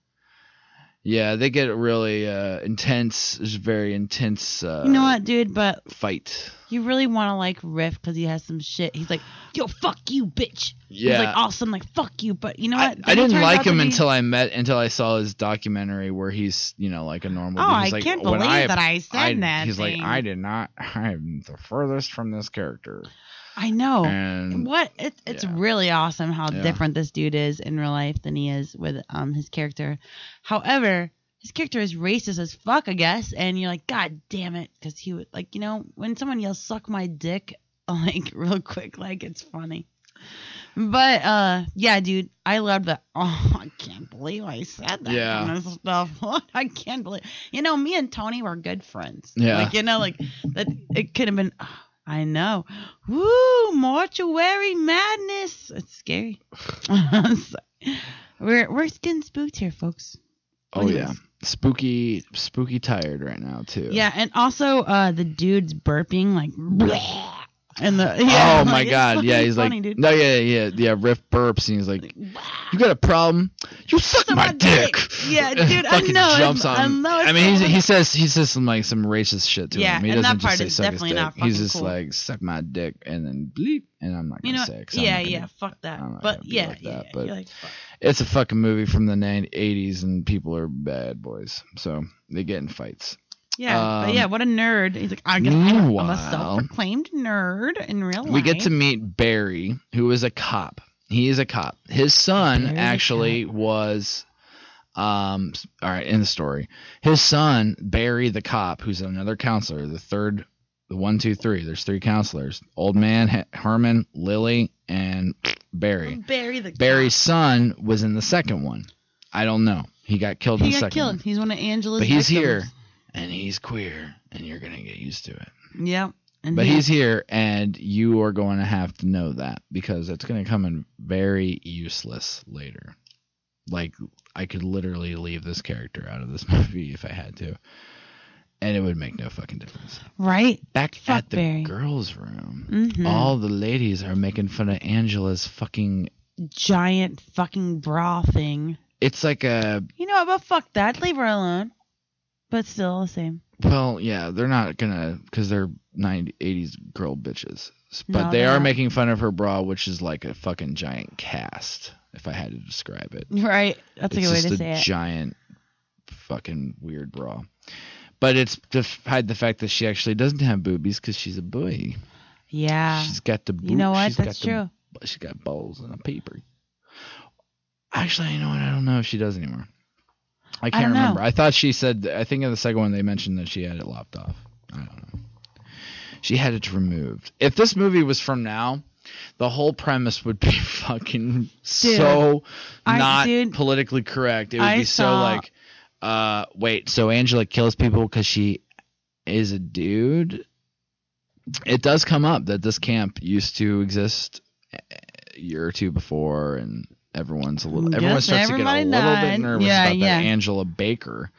Yeah, they get really uh, intense. It's a very intense. Uh, you know what, dude? But Fight. you really want to like riff because he has some shit. He's like, "Yo, fuck you, bitch." Yeah. He's like awesome, like fuck you. But you know I, what? I didn't like him until I met until I saw his documentary where he's you know like a normal. Oh, dude. He's I like, can't when believe that I said that He's thing. like, I did not. I'm the furthest from this character. I know. And what it, it's yeah. really awesome how Yeah. different this dude is in real life than he is with um his character. However, his character is racist as fuck, I guess, and you're like, God damn it, because he would like, you know, when someone yells "suck my dick," like real quick, like it's funny. But uh, yeah, dude, I loved that. Oh, I can't believe I said that Yeah. kind of stuff. What I can't believe. You know, me and Tony were good friends. Yeah. like you know, like that. It could have been. I know. Woo! Mortuary madness. It's scary. So- we're we're skin spooked here, folks. Oh Anyways. yeah. Spooky spooky tired right now too. Yeah, and also uh the dude's burping like. Bleh, and the yeah, oh my like, it's god. fucking Yeah, he's funny, like dude. No, yeah, yeah, yeah. Riff burps and he's like, Wow. You got a problem? You suck Suck my my dick. dick. Yeah, dude, I Fucking know, I- Jumps on I him. know it's I mean, he's, so- he says he says some like some racist shit to Yeah, him. He and doesn't that part just say is suck his definitely dick. not he's fucking just cool. like suck my dick and then bleep and I'm not You gonna know, say it 'cause I'm yeah, not gonna- yeah, fuck that. I'm not But gonna be yeah, like yeah, that, yeah, but- you're like, fuck. it's a fucking movie from the 90- 80s and people are bad boys, so they get in fights. yeah, but Um, yeah, what a nerd. He's like, I guess I'm a meanwhile- self-proclaimed nerd in real life. We get to meet Barry, who is a cop. He is a cop. His son Barry the actually was um s- all right, in the story. His son, Barry the cop, who's another counselor, the third the one, two, three. There's three counselors. Old man, H- Herman, Lily, and Oh, Barry. Barry the Barry's son was in the second one. I don't know. He got killed in He the got second killed. one. He's one of Angela's. But he's here victims. and he's queer and you're gonna get used to it. Yeah. And But he- he's here, and you are going to have to know that because it's going to come in very useless later. Like, I could literally leave this character out of this movie if I had to, and it would make no fucking difference. right. Back Fuck at the Barry. girls' room, Mhm. all the ladies are making fun of Angela's fucking. Giant fucking bra thing. It's like a. You know, what, but fuck that. Leave her alone. But still the same. Well, yeah, they're not going to, because they're 90, 80s girl bitches. But No, they they're are not. making fun of her bra, which is like a fucking giant cast, if I had to describe it. Right. That's a it's good way just to a say it. giant, fucking weird bra. But it's to f- hide the fact that she actually doesn't have boobies because she's a boy. yeah. she's got the boob. You know what? she's That's got the- true. she's got balls and a paper. I Actually, you know what? I don't know if she does anymore. I can't don't know. remember. I thought she said. I think in the second one they mentioned that she had it lopped off. I don't know. She had it removed. If this movie was from now, the whole premise would be fucking so I not did- politically correct. It would I be so saw- like, uh, wait. So Angela kills people because she is a dude. It does come up that this camp used to exist a year or two before, and everyone's a little. Yes, Everyone starts to get a everybody little died. bit nervous Yeah, about yeah. that Angela Baker,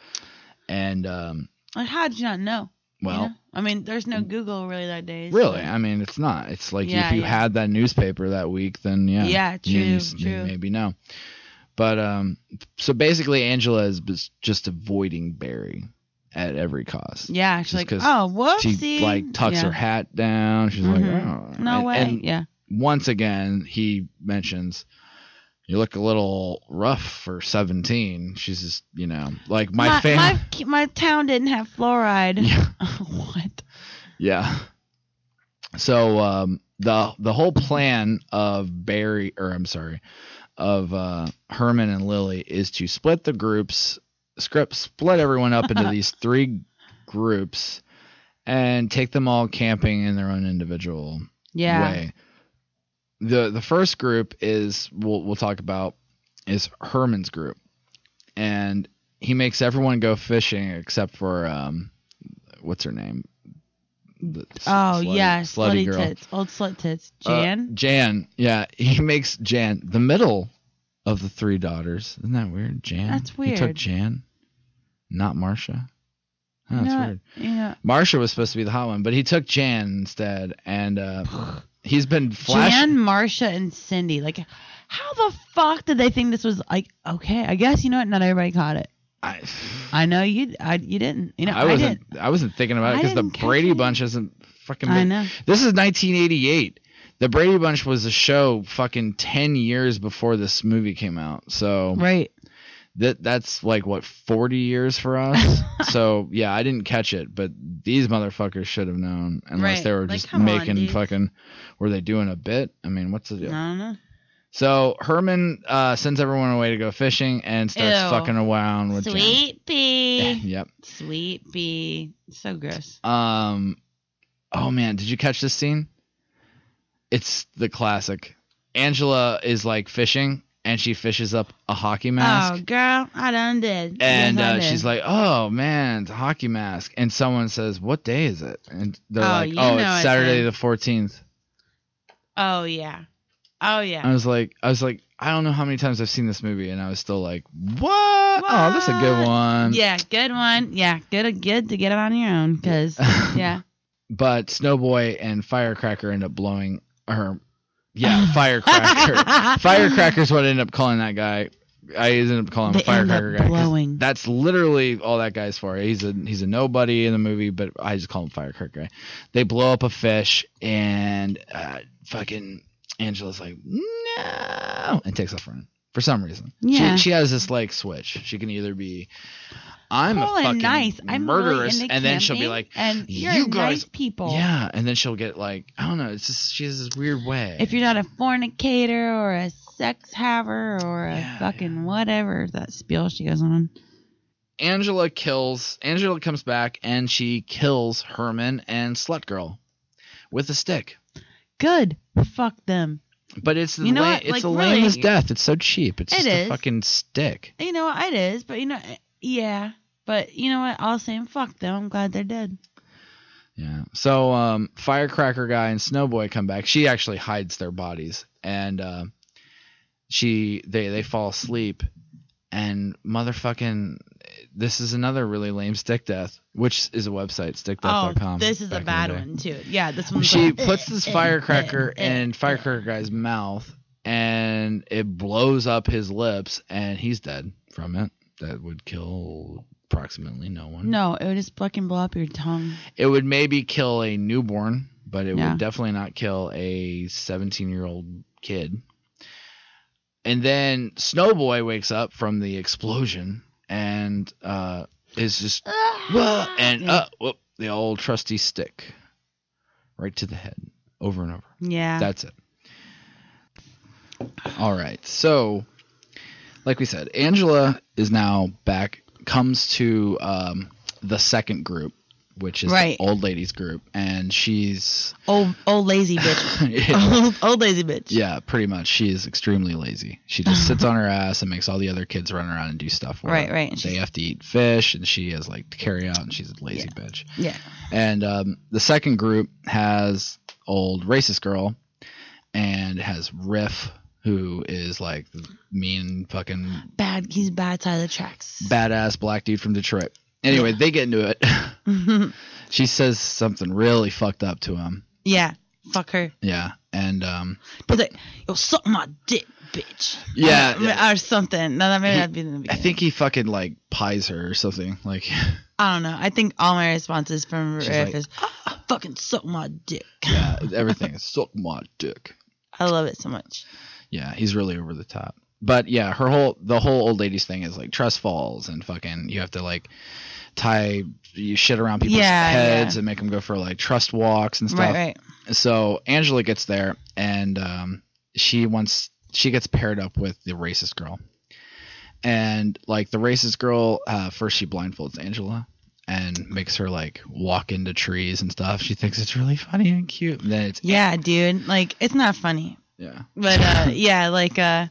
and um, Like, how did you not know? you well, know? I mean, there's no Google really that days. really, I mean, it's not. It's like Yeah, if you yeah. had that newspaper that week, then yeah, Yeah, you- you true, s- you true. maybe no. But um, so basically, Angela is bes- just avoiding Barry at every cost. Yeah, she's Just like, 'cause oh, whoopsie. She like tucks yeah. her hat down. She's like, Mhm. oh. No And- way. and yeah. once again, he mentions, "You look a little rough for 17." She's just, you know, like my, my, fam- my ki- my town didn't have fluoride. Yeah. what? yeah. So um, the the whole plan of Barry, or I'm sorry, of uh, Herman and Lily is to split the groups, script split everyone up into these three groups, and take them all camping in their own individual Yeah. way. The the first group is we'll we'll talk about is Herman's group, and he makes everyone go fishing except for um, what's her name? The s- Oh slutty- yeah, slutty, tits, old slut tits. Uh, Jan. Jan, yeah, he makes Jan the middle of the three daughters. Isn't that weird? Jan. That's He took weird. Jan, not Marcia. Oh, that's Not- weird. Yeah. Marsha was supposed to be the hot one, but he took Jan instead, and uh, he's been flashing. Jan, Marsha, and Cindy. Like, how the fuck did they think this was like? Okay, I guess you know what. Not everybody caught it. I, I know you. I you didn't. You know I I, wasn't. didn't. I, wasn't thinking about it I because the didn't catch Brady it. Bunch isn't fucking. I been- know. This is 1988. The Brady Bunch was a show fucking 10 years before this movie came out. So Right. that that's like what 40 years for us. so yeah, I didn't catch it, but these motherfuckers should have known unless Right. they were Like, just come on, making dudes. fucking. Were they doing a bit? I mean, what's the deal? I don't know. So Herman uh, sends everyone away to go fishing and starts Ew. fucking around with Jan. Sweet bee. yep. Sweet bee. So gross. Um, oh man, did you catch this scene? It's the classic. Angela is like fishing, and she fishes up a hockey Oh mask, girl, I done did. and Yes, I uh, did. she's like, "Oh man, it's a hockey mask." And someone says, "What day is it?" And they're Oh, like, you "Oh, know it's it's Saturday a- the 14th." oh yeah, oh yeah. I was like, I was like, I don't know how many times I've seen this movie, and I was still like, "What? Oh, that's a good What? one." yeah, good one. Yeah, good, good to get it on your own because yeah, But Snowboy and Firecracker end up blowing her. Yeah, Firecracker. Firecracker's what I ended up calling that guy. I ended up calling him They end Firecracker up guy. 'cause blowing. That's literally all that guy's for. He's a he's a nobody in the movie, but I just call him Firecracker guy. They blow up a fish, and uh, fucking Angela's like no, and takes off running for some reason. Yeah. She, she has this like switch. She can either be. I'm Cool a and fucking nice. I'm really murderous, into and then she'll be camping, like, and you're you nice guys, people. yeah, and then she'll get like, I don't know. It's just she has this weird way. If you're not a fornicator or a sex haver or a Yeah, fucking whatever that spiel she goes on. Angela kills Angela comes back and she kills Herman and Slut Girl with a stick. Good. Fuck them. But it's the You know la- what? it's Like, the really- lamest death. It's so cheap. It's It just a is. fucking stick. You know it is, but you know eh, yeah. But you know what? I'll say fuck them. I'm glad they're dead. Yeah. So um, Firecracker guy and Snowboy come back. She actually hides their bodies, and uh, she they they fall asleep, and motherfucking this is another really lame stick death, which is a website Oh, stickdeath.com. this is a back in the bad day. one too. Yeah, this one's she like, eh, puts this firecracker in firecracker guy's mouth and it blows up his lips and he's dead from it that would kill approximately no one No, it would just fucking blow up your tongue. it would maybe kill a newborn but it Yeah. would definitely not kill a 17 year old kid and then snowboy wakes up from the explosion and uh is just "Whoa," and Yeah. uh whoop, the old trusty stick right to the head over and over Yeah. that's it. All right. So like we said, Angela is now back, comes to um, the second group, which is Right. the old ladies group, and she's Old old lazy bitch. old, old lazy bitch. yeah, pretty much. She is extremely lazy. She just sits on her ass and makes all the other kids run around and do stuff. where Right, right, and They she's- have to eat fish, and she has like to carry out, and she's a lazy bitch. Yeah. And um, the second group has old racist girl and has Riff, who is like the mean fucking Bad. He's bad side of the tracks. badass black dude from Detroit. Anyway, they get into it. she says something really fucked up to him. yeah. Fuck her. Yeah. And um, He's like, yo, suck my dick, bitch. Yeah, Or, yeah. or something. No, that maybe He- that'd be in the I beginning. think he fucking like pies her or something. Like, I don't know. I think all my responses from She's Riff like- is "Ah, fucking suck my dick. yeah, everything is suck my dick. I love it so much. Yeah, he's really over the top. But yeah, her whole the whole old ladies thing is like trust falls and fucking you have to like tie you shit around people's Yeah, heads yeah. and make them go for like trust walks and stuff. Right, right. So Angela gets there and um, she wants she gets paired up with the racist girl, and like the racist girl, uh, first she blindfolds Angela and makes her like walk into trees and stuff. She thinks it's really funny and cute. And then it's Yeah, dude. Like, it's not funny. yeah. But uh, yeah, like uh,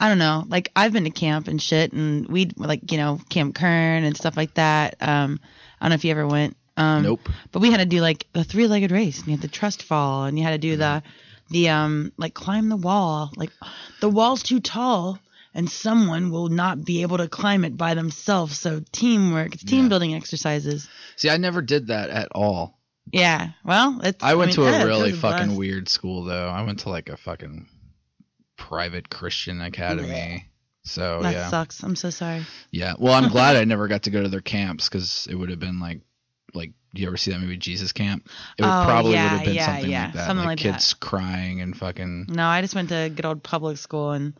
I don't know. Like I've been to camp and shit, and we'd like you know Camp Kern and stuff like that. Um, I don't know if you ever went. Um, Nope. But we had to do like the three-legged race, and you had the trust fall, and you had to do the the um like climb the wall. Like the wall's too tall. And someone will not be able to climb it by themselves. So teamwork, it's team Yeah. building exercises. See, I never did that at all. Yeah. Well, it's. I went mean, to yeah, a it really was a fucking blast. weird school though. I went to like a fucking private Christian academy. So That oh, yeah. sucks. I'm so sorry. Yeah. Well, I'm glad I never got to go to their camps because it would have been like, like, do you ever see that movie Jesus Camp? It would Oh, probably yeah, would have been yeah, something yeah, like that. something like, like that. Mm. kids crying and fucking. No, I just went to good old public school and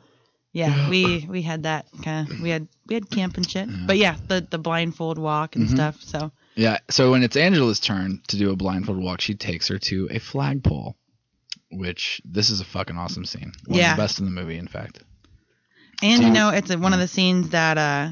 yeah, we we had that kind of we had we had camp and shit. But yeah, the the blindfold walk Mm-hmm. and stuff. So Yeah. So when it's Angela's turn to do a blindfold walk, she takes her to a flagpole, which this is a fucking awesome scene. One Yeah. of the best in the movie, in fact. and you know it's a, one of the scenes that uh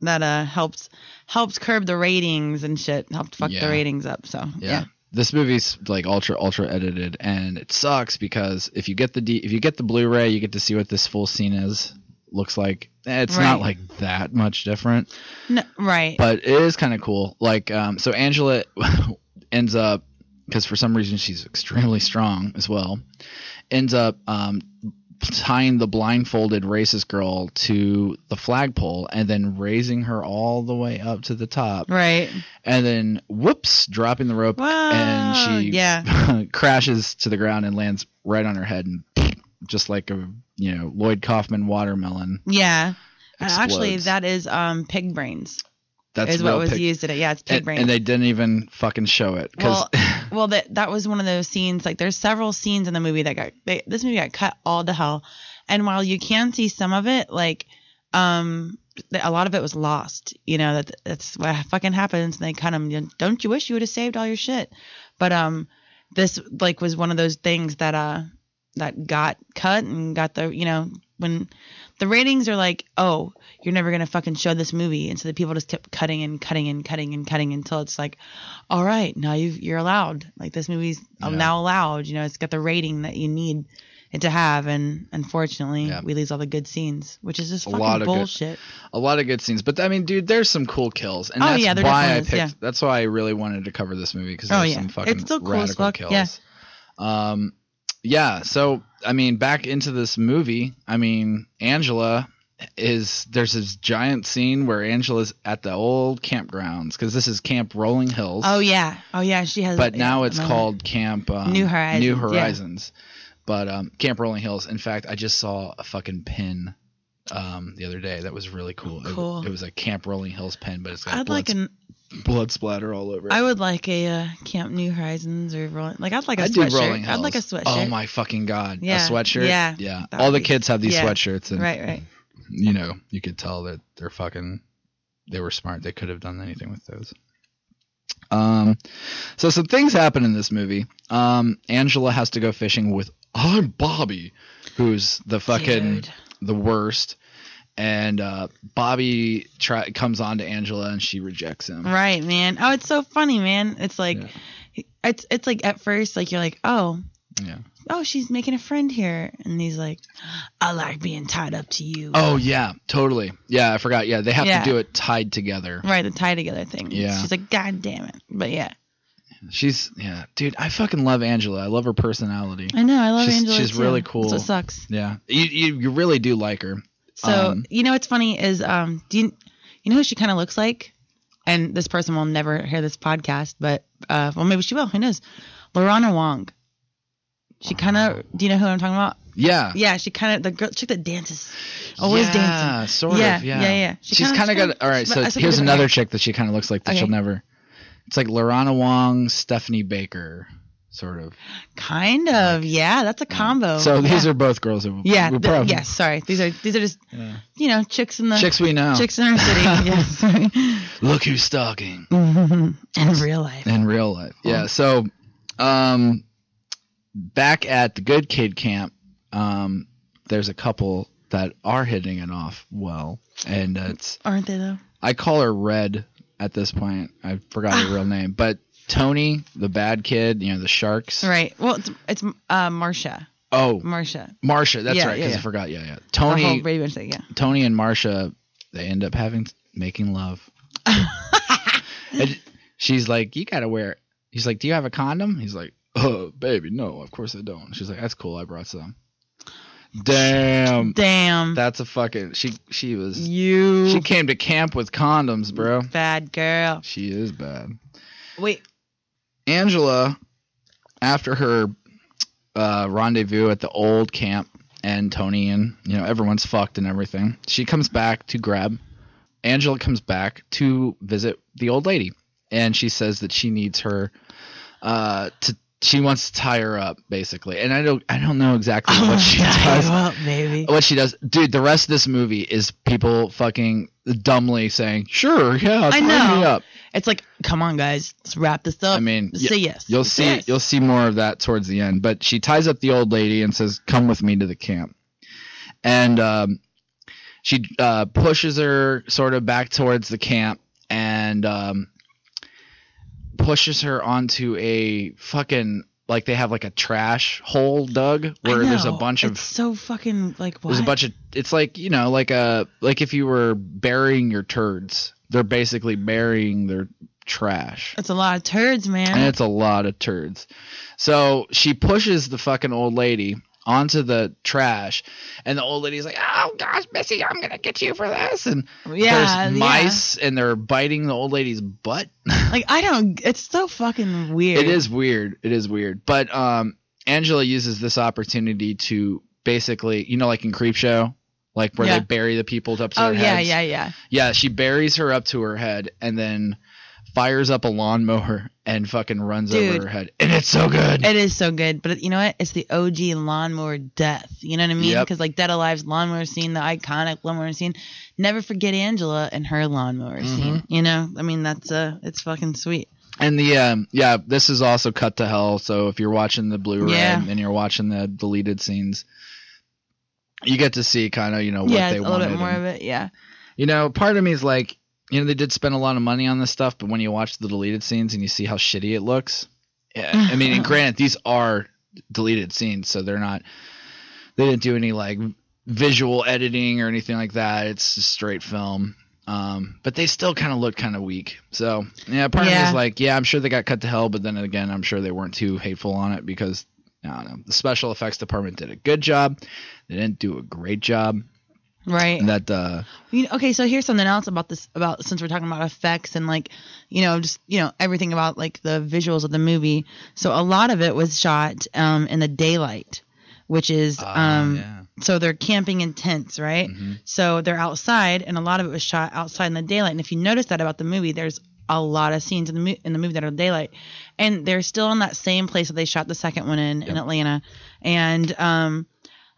that uh helped helped curb the ratings and shit helped fuck Yeah. the ratings up. So Yeah. yeah, This movie's like ultra ultra edited and it sucks because if you get the D- if you get the Blu-ray, you get to see what this full scene is looks like. Eh, It's not Right. like that much different. no, right. but it is kind of cool. Like, um, so Angela ends up because for some reason she's extremely strong as well. Ends up um, tying the blindfolded racist girl to the flagpole and then raising her all the way up to the top, Right. and then whoops, dropping the rope, and Whoa, she yeah. crashes to the ground and lands right on her head and. Just like a you know Lloyd Kaufman watermelon, Yeah. And Actually, Explodes. that is um pig brains that's is what real was pic- used today. Yeah, it's pig and, brains. and they didn't even fucking show it because Well, well, that that was one of those scenes. Like, there's several scenes in the movie that got they, this movie got cut all to hell. And while you can see some of it, like, um, th- a lot of it was lost. You know that that's what fucking happens. And they cut them. Don't you wish you would have saved all your shit? But um, this like was one of those things that uh that got cut and got the you know when the ratings are like oh you're never gonna fucking show this movie and so the people just kept cutting and cutting and cutting and cutting until it's like all right now you've, you're allowed like this movie's Yeah. now allowed you know it's got the rating that you need it to have and unfortunately Yeah. we lose all the good scenes which is just A fucking lot of good- bullshit a lot of good scenes. But I mean, dude, there's some cool kills, and Oh, that's yeah, there why I picked. definitely is, yeah. That's why I really wanted to cover this movie because Oh, there's yeah. some fucking It's still cool as radical fuck, kills. yeah. Um, yeah. So I mean, back into this movie. I mean, Angela is there's this giant scene where Angela's at the old campgrounds because this is Camp Rolling Hills. oh yeah oh yeah she has But yeah, now I it's remember. called Camp um, New Horizons, New yeah. Horizons. But um, Camp Rolling Hills. In fact, I just saw a fucking pin um, the other day that was really cool. It- Cool. It, was a Camp Rolling Hills pin, but it's got i'd blood, like an blood splatter all over. it. I would like a uh, Camp New Horizons or rolling, like I'd like a I sweatshirt. do Rolling Hills. I'd like a sweatshirt. Oh my fucking god, Yeah, a sweatshirt. yeah, yeah. that All would the be- kids have these yeah, sweatshirts, and Right, right. you know you could tell that they're fucking. They were smart. They could have done anything with those. Um, so some things happen in this movie. Um, Angela has to go fishing with I'm Bobby, who's the fucking Dude. the worst, and uh, Bobby try, comes on to Angela and she rejects him. Right, man. Oh, it's so funny, man. It's like it's it's like at first like you're like, "Oh, Yeah. oh, she's making a friend here." And he's like, "I like being tied up to you." Oh yeah, totally. Yeah, I forgot. Yeah, they have Yeah. to do it tied together. Right, the tie together thing. Yeah. She's like, "God damn it." But yeah. She's yeah, dude. I fucking love Angela. I love her personality. I know. I love She's- Angela. she's too. really That's cool. what sucks. Yeah, you, you you really do like her. So Um, you know what's funny is um do you you know who she kind of looks like? And this person will never hear this podcast, but uh well maybe she will. Who knows? Lorana Wong. She kind of do you know who I'm talking about? Yeah. Yeah, she kind of the girl chick that dances, always dancing. Sort Yeah, of. Yeah. yeah, yeah. She She's kinda- kind of kinda- got. All right. she's So about- I said here's different another hair. chick that she kind of looks like that she'll Okay. never. It's like Lorana Wong, Stephanie Baker, sort of. Kind of, yeah. That's a combo. So these Oh, yeah. are both girls who. yeah, were the- probably- yes. Sorry, these are these are just you know chicks in the Chicks we know. chicks in our city. yes, Look who's stalking Mm-hmm. in real life. in real life. Mm-hmm. Yeah. So, um, back at the good kid camp, um, there's a couple that are hitting it off well, and uh, it's Aren't they though? I call her Red at this point. I forgot her Ah. real name, but Tony, the bad kid, you know, the sharks. Right. Well, it's it's uh, Marsha. Oh, Marsha. Marsha. That's Yeah, right. yeah, Because yeah. I forgot. Yeah, yeah. The whole Tony, Brady Bunch thing. Yeah. Tony, and Marsha, they end up having making love. and she's like, "You gotta wear." It. He's like, "Do you have a condom?" He's like, "Oh, baby, no. Of course I don't." She's like, "That's cool. I brought some." Damn. Damn. That's a fucking. She she was. you She came to camp with condoms, bro. bad girl. She is bad. Wait. Angela, after her uh, rendezvous at the old camp and Tony and you know everyone's fucked and everything, she comes back to grab. Angela comes back to visit the old lady, and she says that she needs her uh, to. She wants to tie her up basically, and I don't I don't know Oh exactly what she does Oh. Well, baby. what she does, dude. The rest of this movie is people fucking dumbly saying, "Sure, yeah, I tie know. me up." It's like, come on, guys, let's wrap this up. I mean, y- say yes. You'll Say see, yes. you'll see more of that towards the end. But she ties up the old lady and says, "Come with me to the camp," and um, she uh, pushes her sort of back towards the camp and um, pushes her onto a fucking like they have like a trash hole dug I where there's a know. bunch of It's so fucking like what? there's a bunch of it's like you know like a like if you were burying your turds, they're basically burying their trash It's a lot of turds, man. and it's a lot of turds. So she pushes the fucking old lady onto the trash, and the old lady's like, "Oh gosh, Missy, I'm gonna get you for this." And yeah, there's yeah. mice, and they're biting the old lady's butt. Like I don't. It's so fucking weird. it is weird. It is weird. But um, Angela uses this opportunity to basically, you know, like in Creepshow, like where Yeah. they bury the people up to Oh their yeah, heads. yeah, yeah. Yeah, she buries her up to her head and then fires up a lawnmower and fucking runs Dude. over her head. And it's so good. It is so good, but you know what? It's the OG lawnmower death. You know what I mean? Yep. Because like Dead Alive's lawnmower scene, the iconic lawnmower scene. Never forget Angela and her lawnmower Mm-hmm. scene. You know, I mean that's uh, it's fucking sweet. and the um yeah, this is also cut to hell, so if you're watching the Blu-ray Yeah. and you're watching the deleted scenes, you get to see kind of, you know, what yeah, they it's a wanted. little bit more and- of it. Yeah, You know, part of me is like, you know, they did spend a lot of money on this stuff, but when you watch the deleted scenes and you see how shitty it looks, yeah, I mean, and granted, these are deleted scenes, so they're not, they didn't do any like visual editing or anything like that. It's just straight film. Um, but they still kind of look kind of weak. So yeah, part of me Yeah. is like, yeah, I'm sure they got cut to hell, but then again, I'm sure they weren't too hateful on it because I don't know. The special effects department did a good job. They didn't do a great job. right. And that uh, You know, okay, so here's something else about this about since we're talking about effects and like, you know, just you know everything about like the visuals of the movie. So a lot of it was shot um, in the daylight, which is um, Ah, yeah. so they're camping in tents, right? So they're outside, and a lot of it was shot outside in the daylight. And if you notice that about the movie, there's a lot of scenes in the mo- in the movie that are daylight, and they're still in that same place that they shot the second one in in Atlanta, and um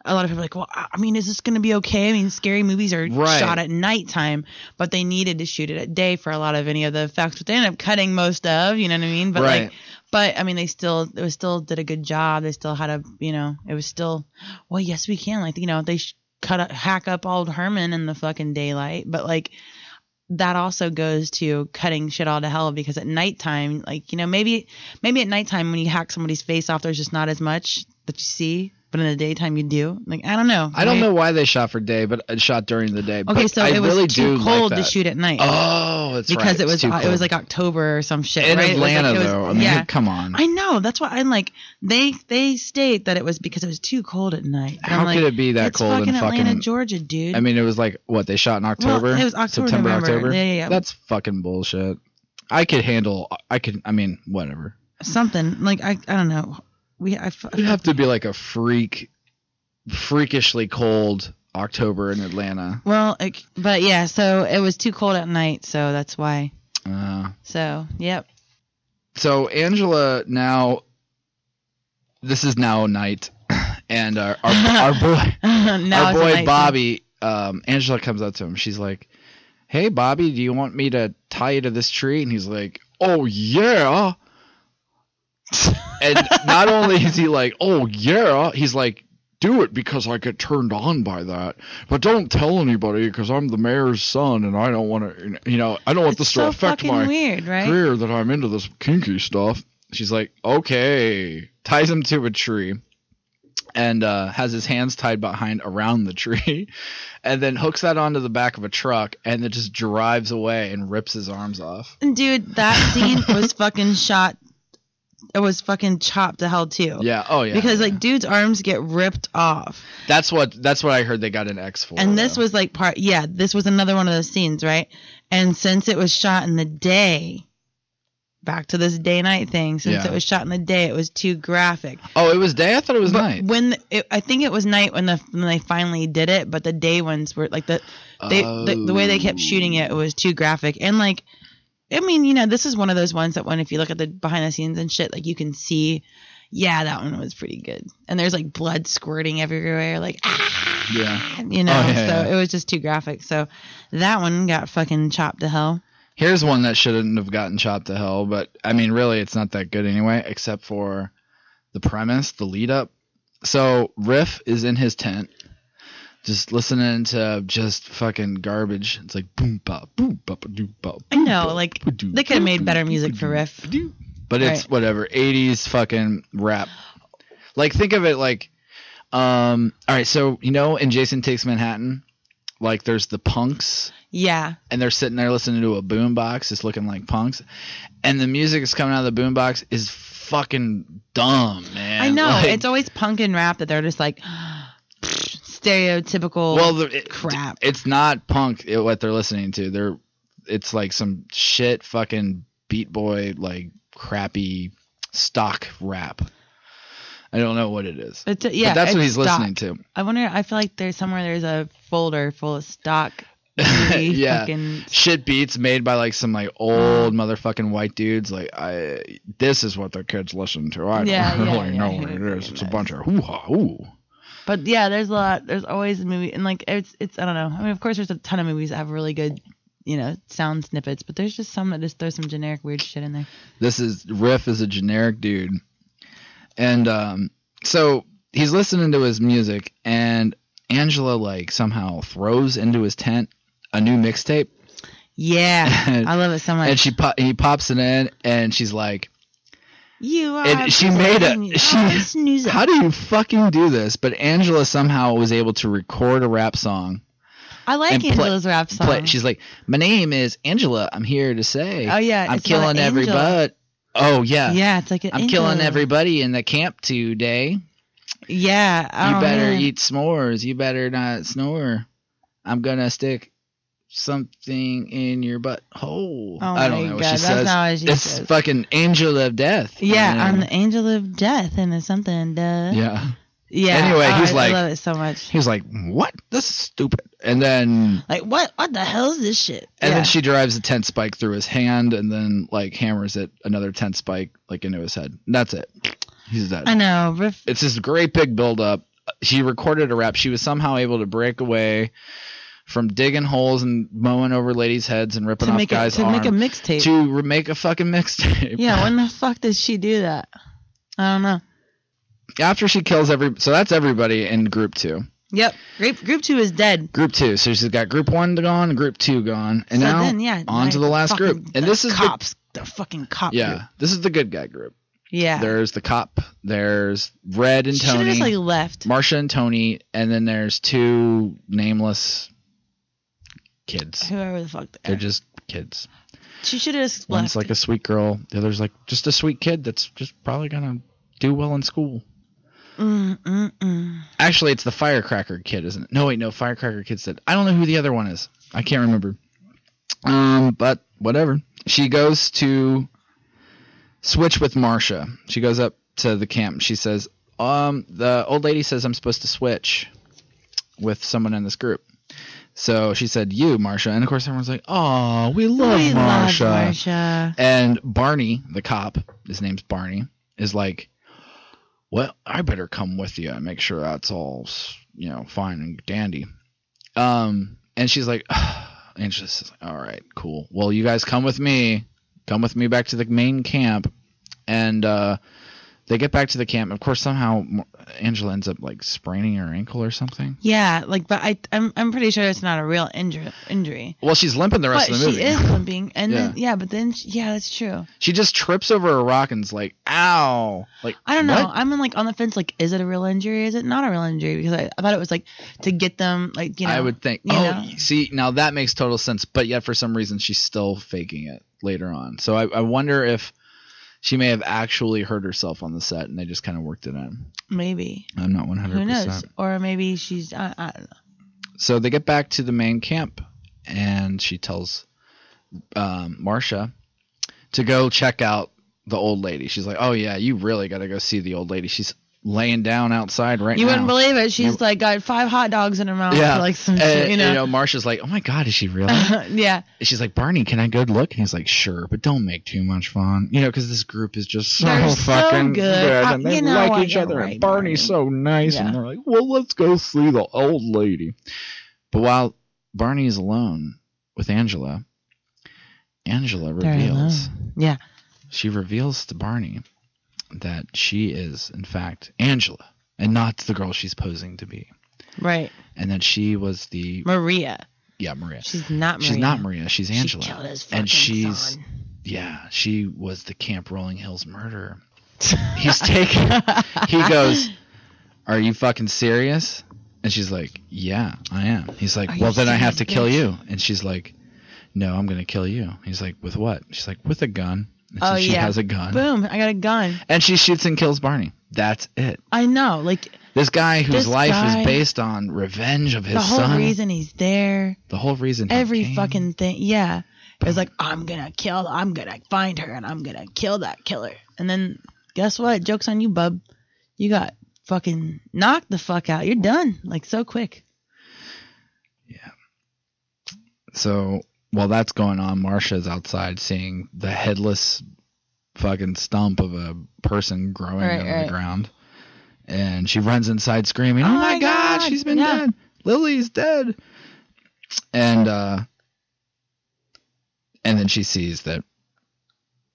a lot of people are like, well, I I mean, is this going to be okay? I mean, scary movies are Right. shot at nighttime, but they needed to shoot it at day for a lot of any of the effects, but they ended up cutting most of, you know what I mean? But Right. like, but I mean, they still, it was still did a good job. They still had a, you know, it was still, well, yes, we can. Like, you know, they sh- cut up, hack up old Herman in the fucking daylight, but like that also goes to cutting shit all to hell because at nighttime, like you know, maybe maybe at nighttime when you hack somebody's face off, there's just not as much that you see, but in the daytime you do. Like I don't know. I don't right? know why they shot for day, but uh, shot during the day. Okay, but so I it was really too do like cold to that. shoot at night. Oh, that's right. because it It's was uh, too it was cold. like October or some shit. in right? It was like- Atlanta it was- though. I mean, yeah. come on. I know. That's why I'm like they they state that it was because it was too cold at night. And How I'm like, could it be that it's cold in fucking Atlanta, fucking- Georgia, dude? I mean, it was like what they shot in October. it was October, September, November. October. Yeah, yeah, yeah. That's fucking bullshit. I could handle. I could. I mean, whatever. something like I I don't know. We I, f- You'd have to be like a freak, freakishly cold October in Atlanta. well, it, but yeah. So it was too cold at night, so that's why. Uh, So yep. so Angela now. This is now night, and uh, our our, our boy. now our it's a boy night- Bobby, um, Angela comes up to him. She's like, "Hey, Bobby, do you want me to tie you to this tree?" And he's like, "Oh yeah." and not only is he like, "Oh yeah," he's like, "Do it because I get turned on by that, but don't tell anybody because I'm the mayor's son and I don't want to, you know, I don't want this It's so to affect fucking my weird, right? career that I'm into this kinky stuff." She's like, "Okay," ties him to a tree and uh, has his hands tied behind around the tree, and then hooks that onto the back of a truck, and then just drives away and rips his arms off. Dude, that scene was fucking shot. It was fucking chopped to hell too. Yeah. Oh yeah. because yeah. like dude's arms get ripped off that's what that's what I heard they got an X for. and this though. was like part yeah this was another one of those scenes right and since it was shot in the day back to this day night thing since Yeah. it was shot in the day it was too graphic oh, it was day. I thought it was but night. when the, it, i think it was night when the when they finally did it but the day ones were like the they the, the way they Oh. kept shooting it, it was too graphic and like i mean you know this is one of those ones that when if you look at the behind the scenes and shit like you can see yeah that one was pretty good and there's like blood squirting everywhere like ah Yeah. you know Oh, yeah, so yeah. it was just too graphic so that one got fucking chopped to hell Here's one that shouldn't have gotten chopped to hell, but I mean, really, it's not that good anyway, except for the premise, the lead up. So Riff is in his tent, just listening to just fucking garbage. It's like boom bop boom bop doo bop. i know like they could have made better music for riff but it's Right. whatever 80s fucking rap like think of it like um all right so you know in jason takes manhattan like there's the punks yeah and they're sitting there listening to a boombox just looking like punks and the music that's coming out of the boombox is fucking dumb man i know Like, it's always punk and rap that they're just like stereotypical well the, it- crap it's not punk it, what they're listening to they're it's like some shit fucking beat boy like crappy stock rap i don't know what it is It's a- Uh, yeah, but that's what it's he's listening stock. to I wonder. I feel like there's somewhere there's a folder full of stock. movie yeah Fucking, shit beats made by like some like Mm. old motherfucking white dudes like i this is what their kids listen to i don't Yeah, yeah, really yeah, know I what hear it what is you it's a mean. bunch of hoo-ha hoo but yeah, there's a lot. There's always a movie, and like it's it's I don't know. I mean, of course, there's a ton of movies that have really good, you know, sound snippets. But there's just some that just throw some generic weird shit in there. this is riff is a generic dude and um so he's listening to his music and angela like somehow throws into his tent a new mixtape Yeah, I love it so much. and she po- he pops it in and she's like you are. Oh, and she made a she snooze. how do you fucking do this but angela somehow was able to record a rap song I like and play- Angela's rap song. play- she's like my name is angela i'm here to say Uh-huh. Oh, yeah, i'm it's not killing Angela. everybody oh yeah yeah, it's like an i'm killing Angela. everybody in the camp today Yeah, You oh, better man. eat s'mores. You better not snore. I'm gonna stick something in your butthole. Oh I don't my know what God, that's she says. not what she it's says. fucking angel of death. Yeah, oh, man. I'm the angel of death and it's something. Duh. yeah. Yeah. Anyway, oh, he's I, like- I love it so much. He was like, "What? This is stupid." And then, Like what? What the hell is this shit? and yeah. then she drives a tent spike through his hand, and then like hammers it another tent spike like into his head. And that's it. He's dead. I know. Riff, it's this great big buildup. She recorded a rap. She was somehow able to break away from digging holes and mowing over ladies' heads and ripping to off make a, guys' to make a arm mixtape. to re- make a fucking mixtape. yeah. When the fuck did she do that? I don't know. After she kills every, so that's everybody in group two. Yep. Group group two is dead. Group two. So she's got group one gone, group two gone, and so now then, yeah, on to like, the last fucking- group. And the this is the, cops. The, fucking cop. yeah, Group. this is the good guy group. Yeah. There's the cop. There's Red and Should have Tony, just like left. Marsha and Tony, and then there's two nameless kids. Whoever the fuck. They're just kids. she should have just left. One's like a sweet girl. The other's like just a sweet kid that's just probably gonna do well in school. mm, mm, mm. Actually, it's the firecracker kid, isn't it? No, wait, no, firecracker kid said. I don't know who the other one is. I can't remember. Um, but whatever. She goes to switch with Marcia. She goes up to the camp. She says, "Um, the old lady says I'm supposed to switch with someone in this group." So she said, "You, Marcia," and of course everyone's like, "Oh, we love we love Marcia." Marsha. And Barney, the cop, his name's Barney, is like, "Well, I better come with you and make sure that's all, you know, fine and dandy." Um, and she's like, and she's just, "All right, cool. Well, you guys come with me. Come with me back to the main camp." And uh, they get back to the camp. Of course, somehow Mo- Angela ends up like spraining her ankle or something. Yeah, like, but I, I'm, I'm pretty sure it's not a real injury. Injury, Well, she's limping the rest but of the she movie. is limping, and Yeah. then yeah, but then she, yeah, that's true. She just trips over a rock and's like, "Ow!" Like I don't know. what? I'm in, like on the fence. Like, is it a real injury? Is it not a real injury? Because I, I thought it was like to get them, like you know. I would think. you oh, know? y- see, now that makes total sense. But yet, for some reason, she's still faking it later on. So I, I wonder if she may have actually hurt herself on the set, and they just kind of worked it in. maybe. I'm not 100. Who knows? Or maybe she's. I, I don't know. So they get back to the main camp, and she tells um, Marcia to go check out the old lady. She's like, "Oh yeah, you really got to go see the old lady. She's laying down outside right You now." wouldn't believe it. She's Nope. like got five hot dogs in her mouth. yeah, For, like some And, shit, you know. Marcia's like, "Oh my god, is she really?" yeah. she's like, Barney, can I go look? And he's like, sure, but don't make too much fun. You know, because this group is just so They're so fucking good. and Uh, they you know what? like each You're other. right, and Barney's so nice. Yeah. And they're like, well, let's go see the old lady. But while Barney is alone with Angela, Angela They're reveals. alone. Yeah. She reveals to Barney that she is, in fact, Angela and not the girl she's posing to be. Right. And that she was the. Maria. Yeah, Maria. She's not Maria. She's not Maria. She's Angela. She killed his fucking and she's son. yeah, she was the Camp Rolling Hills murderer. He's taking. he goes, "Are you fucking serious?" And she's like, "Yeah, I am." He's like, Are "Well, you then I have serious, to kill bitch?" you." And she's like, "No, I'm gonna kill you." He's like, "With what?" She's like, "With a gun." And so Oh, she yeah. has a gun, Boom! I got a gun. and she shoots and kills Barney. That's it. I know. Like This guy whose This life guy- is based on revenge of his the whole son. reason he's there, the whole reason. he every came. fucking thing. Yeah. It was like I'm gonna kill. I'm gonna find her, and I'm gonna kill that killer. And then guess what? Jokes on you, bub. You got fucking knocked the fuck out. You're done. Like so quick. So while that's going on, Marsha's outside seeing the headless fucking stump of a person growing Right, out of right. the ground. And she runs inside screaming, Oh, my god, she's been yeah." dead. Lily's dead. And uh and then she sees that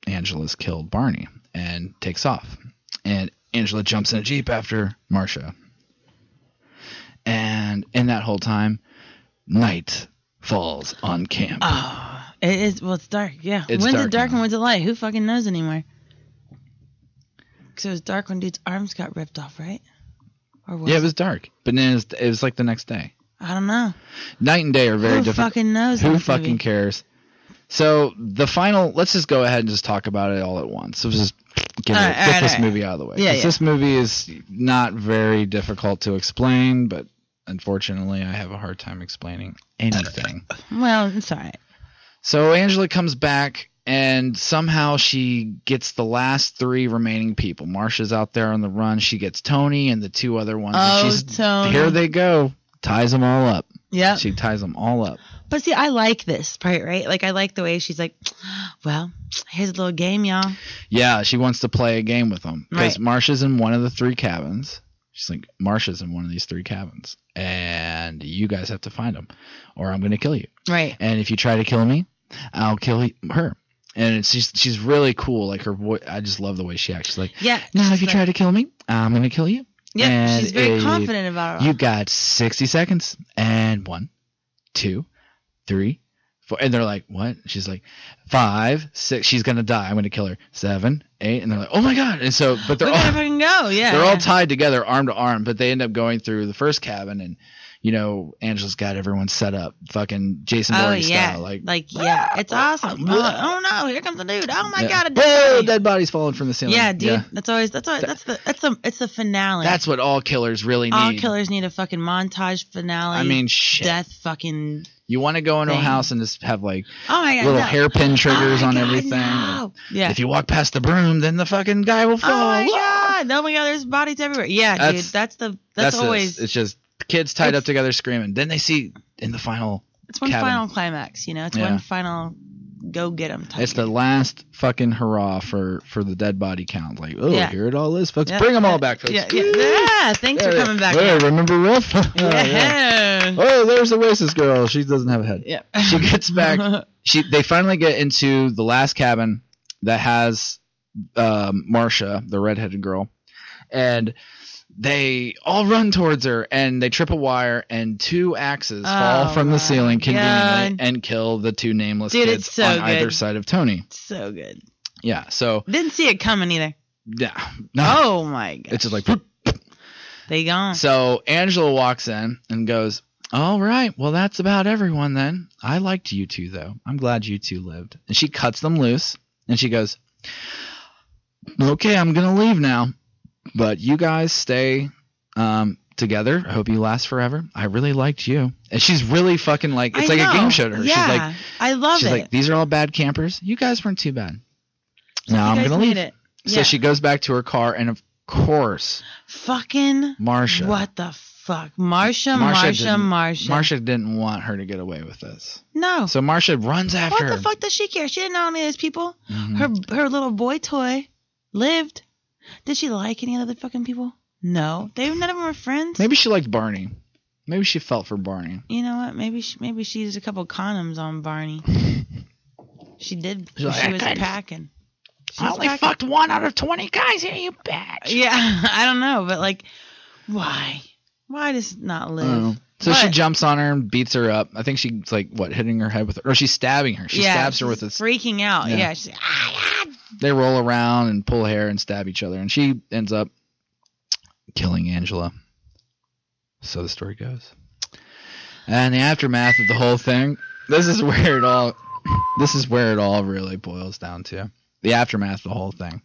Angela's killed Barney and takes off. And Angela jumps in a Jeep after Marsha. And in that whole time, night falls on camp. It is. Well, it's dark. Yeah. It's when's dark it dark now. and when's it light? Who fucking knows anymore? Because it was dark when dude's arms got ripped off, right? Or was yeah, it was dark, but then it was, it was like the next day. I don't know. Night and day are very Who different. fucking knows? in Who this fucking movie? cares? So the final. Let's just go ahead and just talk about it all at once. So just get, All it, right, all get right, this all right. movie out of the way. Yeah, 'Cause yeah. This movie is not very difficult to explain, but unfortunately, I have a hard time explaining anything. Well, it's alright. So Angela comes back and somehow she gets the last three remaining people. Marsha's out there on the run. She gets Tony and the two other ones. and Oh, she's, Tony. Here they go. Ties them all up. Yeah. She ties them all up. But see, I like this part, right? Like, I like the way she's like, well, here's a little game, y'all. Yeah, she wants to play a game with them because Right. Marsha's in one of the three cabins. She's like, Marsha's in one of these three cabins, and you guys have to find him, or I'm going to kill you. Right. and if you try to kill me, I'll kill he- her. And it's just, she's really cool. Like her voice, I just love the way she acts. She's like, Yeah, Now, if she's you like- try to kill me, I'm gonna kill you. Yep, And she's very a- confident about it. You got 60 seconds and one, two, three, four. And they're like, what? She's like, five, six. She's going to die. I'm going to kill her. Seven, eight. And they're like, oh my God. And so, but they're we gotta all. fucking go. Yeah, They're all tied together, arm to arm, but they end up going through the first cabin, and you know Angela's got everyone set up, fucking Jason Oh Bourne yeah, style, like, "Ah, yeah, it's awesome. blah. Oh, oh, no, here comes the dude. Oh my yeah. god, a dead whoa, body. dead body's falling from the ceiling. yeah, dude. That's always that's always that's the that's the it's the finale. that's what all killers really need. all killers need a fucking montage finale. I mean, shit. death fucking. You want to go into a thing. house and just have like Oh my god, little no. hairpin triggers Oh my on God, everything. no. Yeah. If you walk past the broom, then the fucking guy will fall. Oh my Whoa. god! Oh my god! There's bodies everywhere. Yeah, dude. That's- That's the that's, That's, it. always It's just kids tied It's- up together screaming. Then they see in the final. it's one cabin. final climax. You know, it's Yeah. one final go get them. It's the last fucking hurrah for for the dead body count. Like, oh, Yeah. here it all is, folks. Bring them all back, folks. Yeah, yeah, yeah. Thanks for There they- coming back. Hey, remember Wolf? Oh, yeah. Yeah. Oh, there's the racist girl. She doesn't have a head. Yeah. Oh, she gets back. She they finally get into the last cabin that has um, Marcia, the redheaded girl, and they all run towards her and they trip a wire and two axes fall Oh from my the ceiling God. conveniently and kill the two nameless Dude, kids it's so on either good. side of Tony. So good. Yeah, so Didn't see it coming either. yeah, no, Oh my god. it's just like "Poop." They gone. so. Angela walks in and goes. All right, well that's about everyone then. I liked you two though. I'm glad you two lived. And she cuts them loose and she goes, "Okay, I'm gonna leave now, but you guys stay um, together. I hope you last forever. I really liked you." And she's really fucking like it's I like a know. game show to her. Yeah. She's like, I love she's it. like, "These are all bad campers. You guys weren't too bad. Now You I'm guys gonna made leave." It. So Yeah. she goes back to her car, and of course, fucking Marsha. What the fuck, Marsha, Marsha Marsha, didn't- Marsha. Marsha didn't want her to get away with this. No. So Marsha runs after what her. the fuck does she care? She didn't know any of these people. Mhm. Her her little boy toy lived. Did she like any other fucking people? No. They none of them were friends. Maybe she liked Barney. Maybe she felt for Barney. You know what? Maybe she maybe she used a couple condoms on Barney. She did. She's like, she was "I- packing. She I was only packing. fucked one out of twenty guys here, you bitch. Yeah, I don't know, but like, why? Why does it not I don't know. live? So she But- jumps on her and beats her up. I think she's like what hitting her head with, or she's stabbing her. She yeah, stabs her she's with a. freaking out. Yeah. Yeah, she's like, ah, They roll around and pull hair and stab each other, and she ends up killing Angela. So the story goes. And the aftermath of the whole thing. This is where it all. This is where it all really boils down to the aftermath of the whole thing.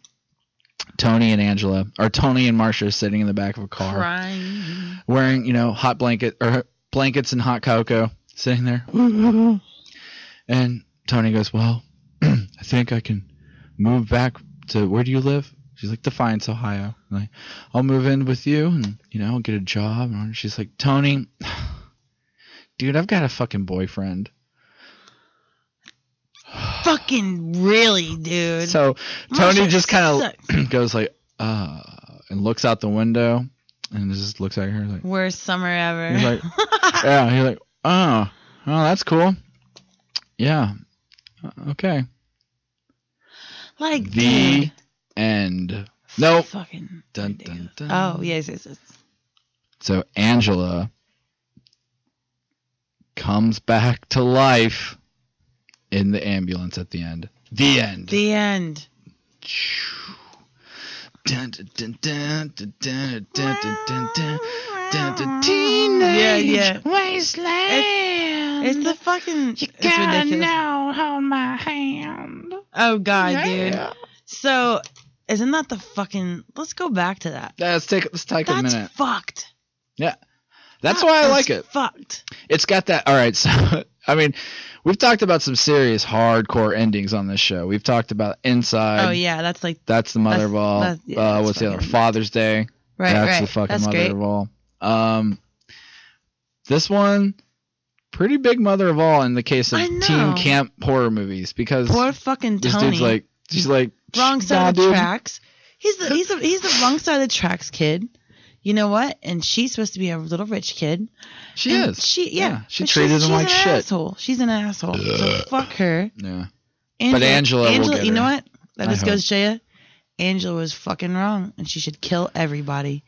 Tony and Angela, or Tony and Marcia, are sitting in the back of a car crying. wearing you know hot blanket or blankets and hot cocoa, sitting there. and Tony goes, "Well, I think I can move back to where do you live?" She's like, "Defiance, Ohio." I'm like, I'll move in with you, and you know, I'll get a job. And she's like, "Tony, dude, I've got a fucking boyfriend." Fucking really, dude. So Tony Marsha just kind of goes like, "Uh," and looks out the window, and just looks at her like. Worst summer ever. He's like, yeah. He's like, oh, oh, that's cool. Yeah. Okay. like The dude, end. Nope. Fucking. Dun, dun, dun. Oh yes, yes, yes. So Angela comes back to life in the ambulance at the end. The end. The end. Dun, dun, dun, dun, dun, dun, dun, dun, dun, dun, dun, dun. Teenage Yeah, yeah. wasteland. It's the fucking. it's ridiculous. hold my hand. Oh god, Yeah. dude. So, isn't that the fucking? Let's go back to that. Let's take let's take a That's minute. fucked. Yeah, that's That why I is like it. Fucked. It's got that. All right, so I mean, we've talked about some serious hardcore endings on this show. We've talked about Inside. oh yeah, that's like That's the mother That's- of all. that's- yeah, uh, that's what's the other? fucking- Father's Day. right, that's right. the fucking that's mother great. of all. Um, this one, pretty big mother of all in the case of I teen know. camp horror movies because Poor fucking this Tony. dude's like, she's like wrong side nah, of the dude. tracks. He's the he's the he's the wrong side of the tracks kid. You know what? And she's supposed to be a little rich kid. She And is. She yeah. she but treated she's, she's him like an shit. Asshole. She's an asshole. So fuck her. Yeah. Angela, Angela will Angela, get you know her. what? That I just goes to show you. Angela was fucking wrong, and she should kill everybody.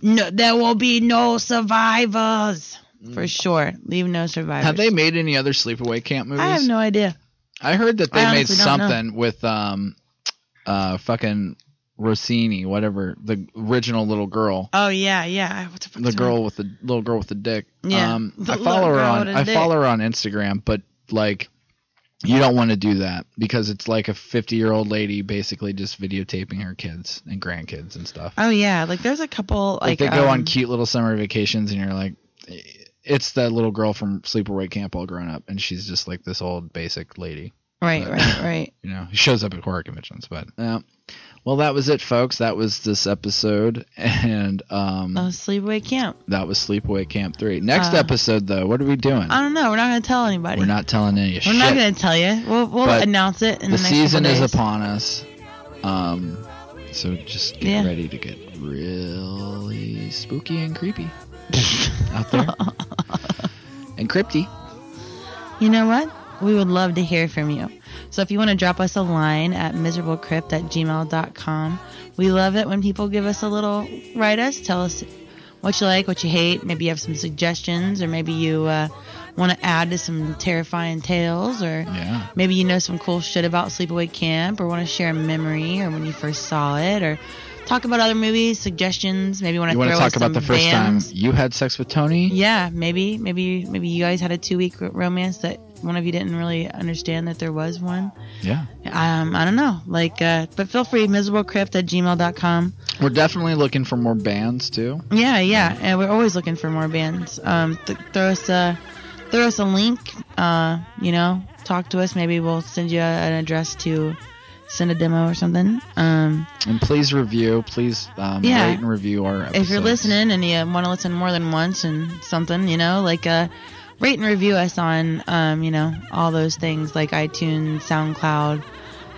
No, there will be no survivors for sure. Leave no survivors. Mm. Have they made any other sleepaway camp movies? I have no idea. I heard that they I made honestly don't know. something with um, uh, fucking Rossini, whatever the original little girl, Oh yeah, yeah. What the fuck? the girl with the little girl with the dick. Yeah, um, the I little follow her girl on. with a I dick. follow her on Instagram, but like, you don't want to do that because it's like a fifty-year-old lady basically just videotaping her kids and grandkids and stuff. Oh yeah, like there's a couple like, Like, they go on um, cute little summer vacations, and you're like, it's that little girl from Sleepaway Camp all grown up, and she's just like this old basic lady. Right, right, right. you know, he shows up at horror conventions. But yeah. well, that was it, folks. That was this episode, and um, Oh, sleepaway camp. that was Sleepaway Camp Three. Next Uh, episode, though, what are we doing? I don't know. We're not gonna tell anybody. We're not telling any We're shit. not gonna tell you. We'll, we'll But announce it in the, next the couple season is days. upon us, um, so just get Yeah. ready to get really spooky and creepy out there, and crypty. You know what? We would love to hear from you. So if you want to drop us a line at miserablecrypt at gmail.com, we love it when people give us a little write us, tell us what you like, what you hate. Maybe you have some suggestions, or maybe you uh, want to add to some terrifying tales, or Yeah. maybe you know some cool shit about Sleepaway Camp, or want to share a memory, or when you first saw it, or talk about other movies, suggestions. Maybe you want to You throw want to talk us some about the first vans. time you had sex with Tony? Yeah, maybe, maybe, maybe you guys had a two-week r- romance that one of you didn't really understand that there was one. yeah. Um, I don't know, like, uh, but feel free, miserablecrypt at gmail.com. We're definitely looking for more bands too. Yeah, yeah, and we're always looking for more bands. Um, th- throw us a, throw us a link. Uh, you know, talk to us. Maybe we'll send you a, an address to send a demo or something. Um, And please review. Please um, Yeah. rate and review our episodes. if you're listening and you want to listen more than once and something, you know, like uh, rate and review us on, um, you know, all those things like iTunes, SoundCloud,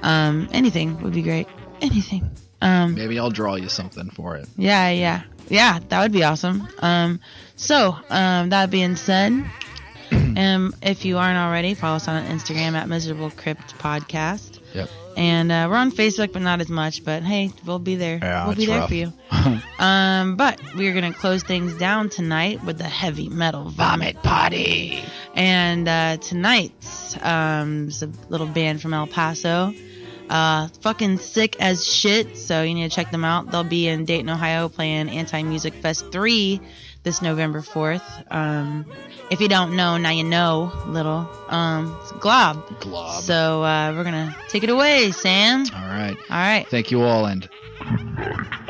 um, anything would be great. Anything. Um, Maybe I'll draw you something for it. yeah, yeah, yeah. That would be awesome. Um, so um, that being said, um, if you aren't already, follow us on Instagram at Miserable Crypt Podcast. Yep. And uh, we're on Facebook, but not as much. But hey, we'll be there. Yeah, we'll be it's there rough. for you. Um, but we're gonna close things down tonight with the heavy metal vomit party. And uh, tonight, um, it's a little band from El Paso. Uh, fucking sick as shit. So you need to check them out. They'll be in Dayton, Ohio, playing Anti Music Fest three this November fourth. Um, if you don't know, now you know. Little um, it's glob. Glob. So uh, we're gonna take it away, Sam. all right. All right. Thank you all, and Good night.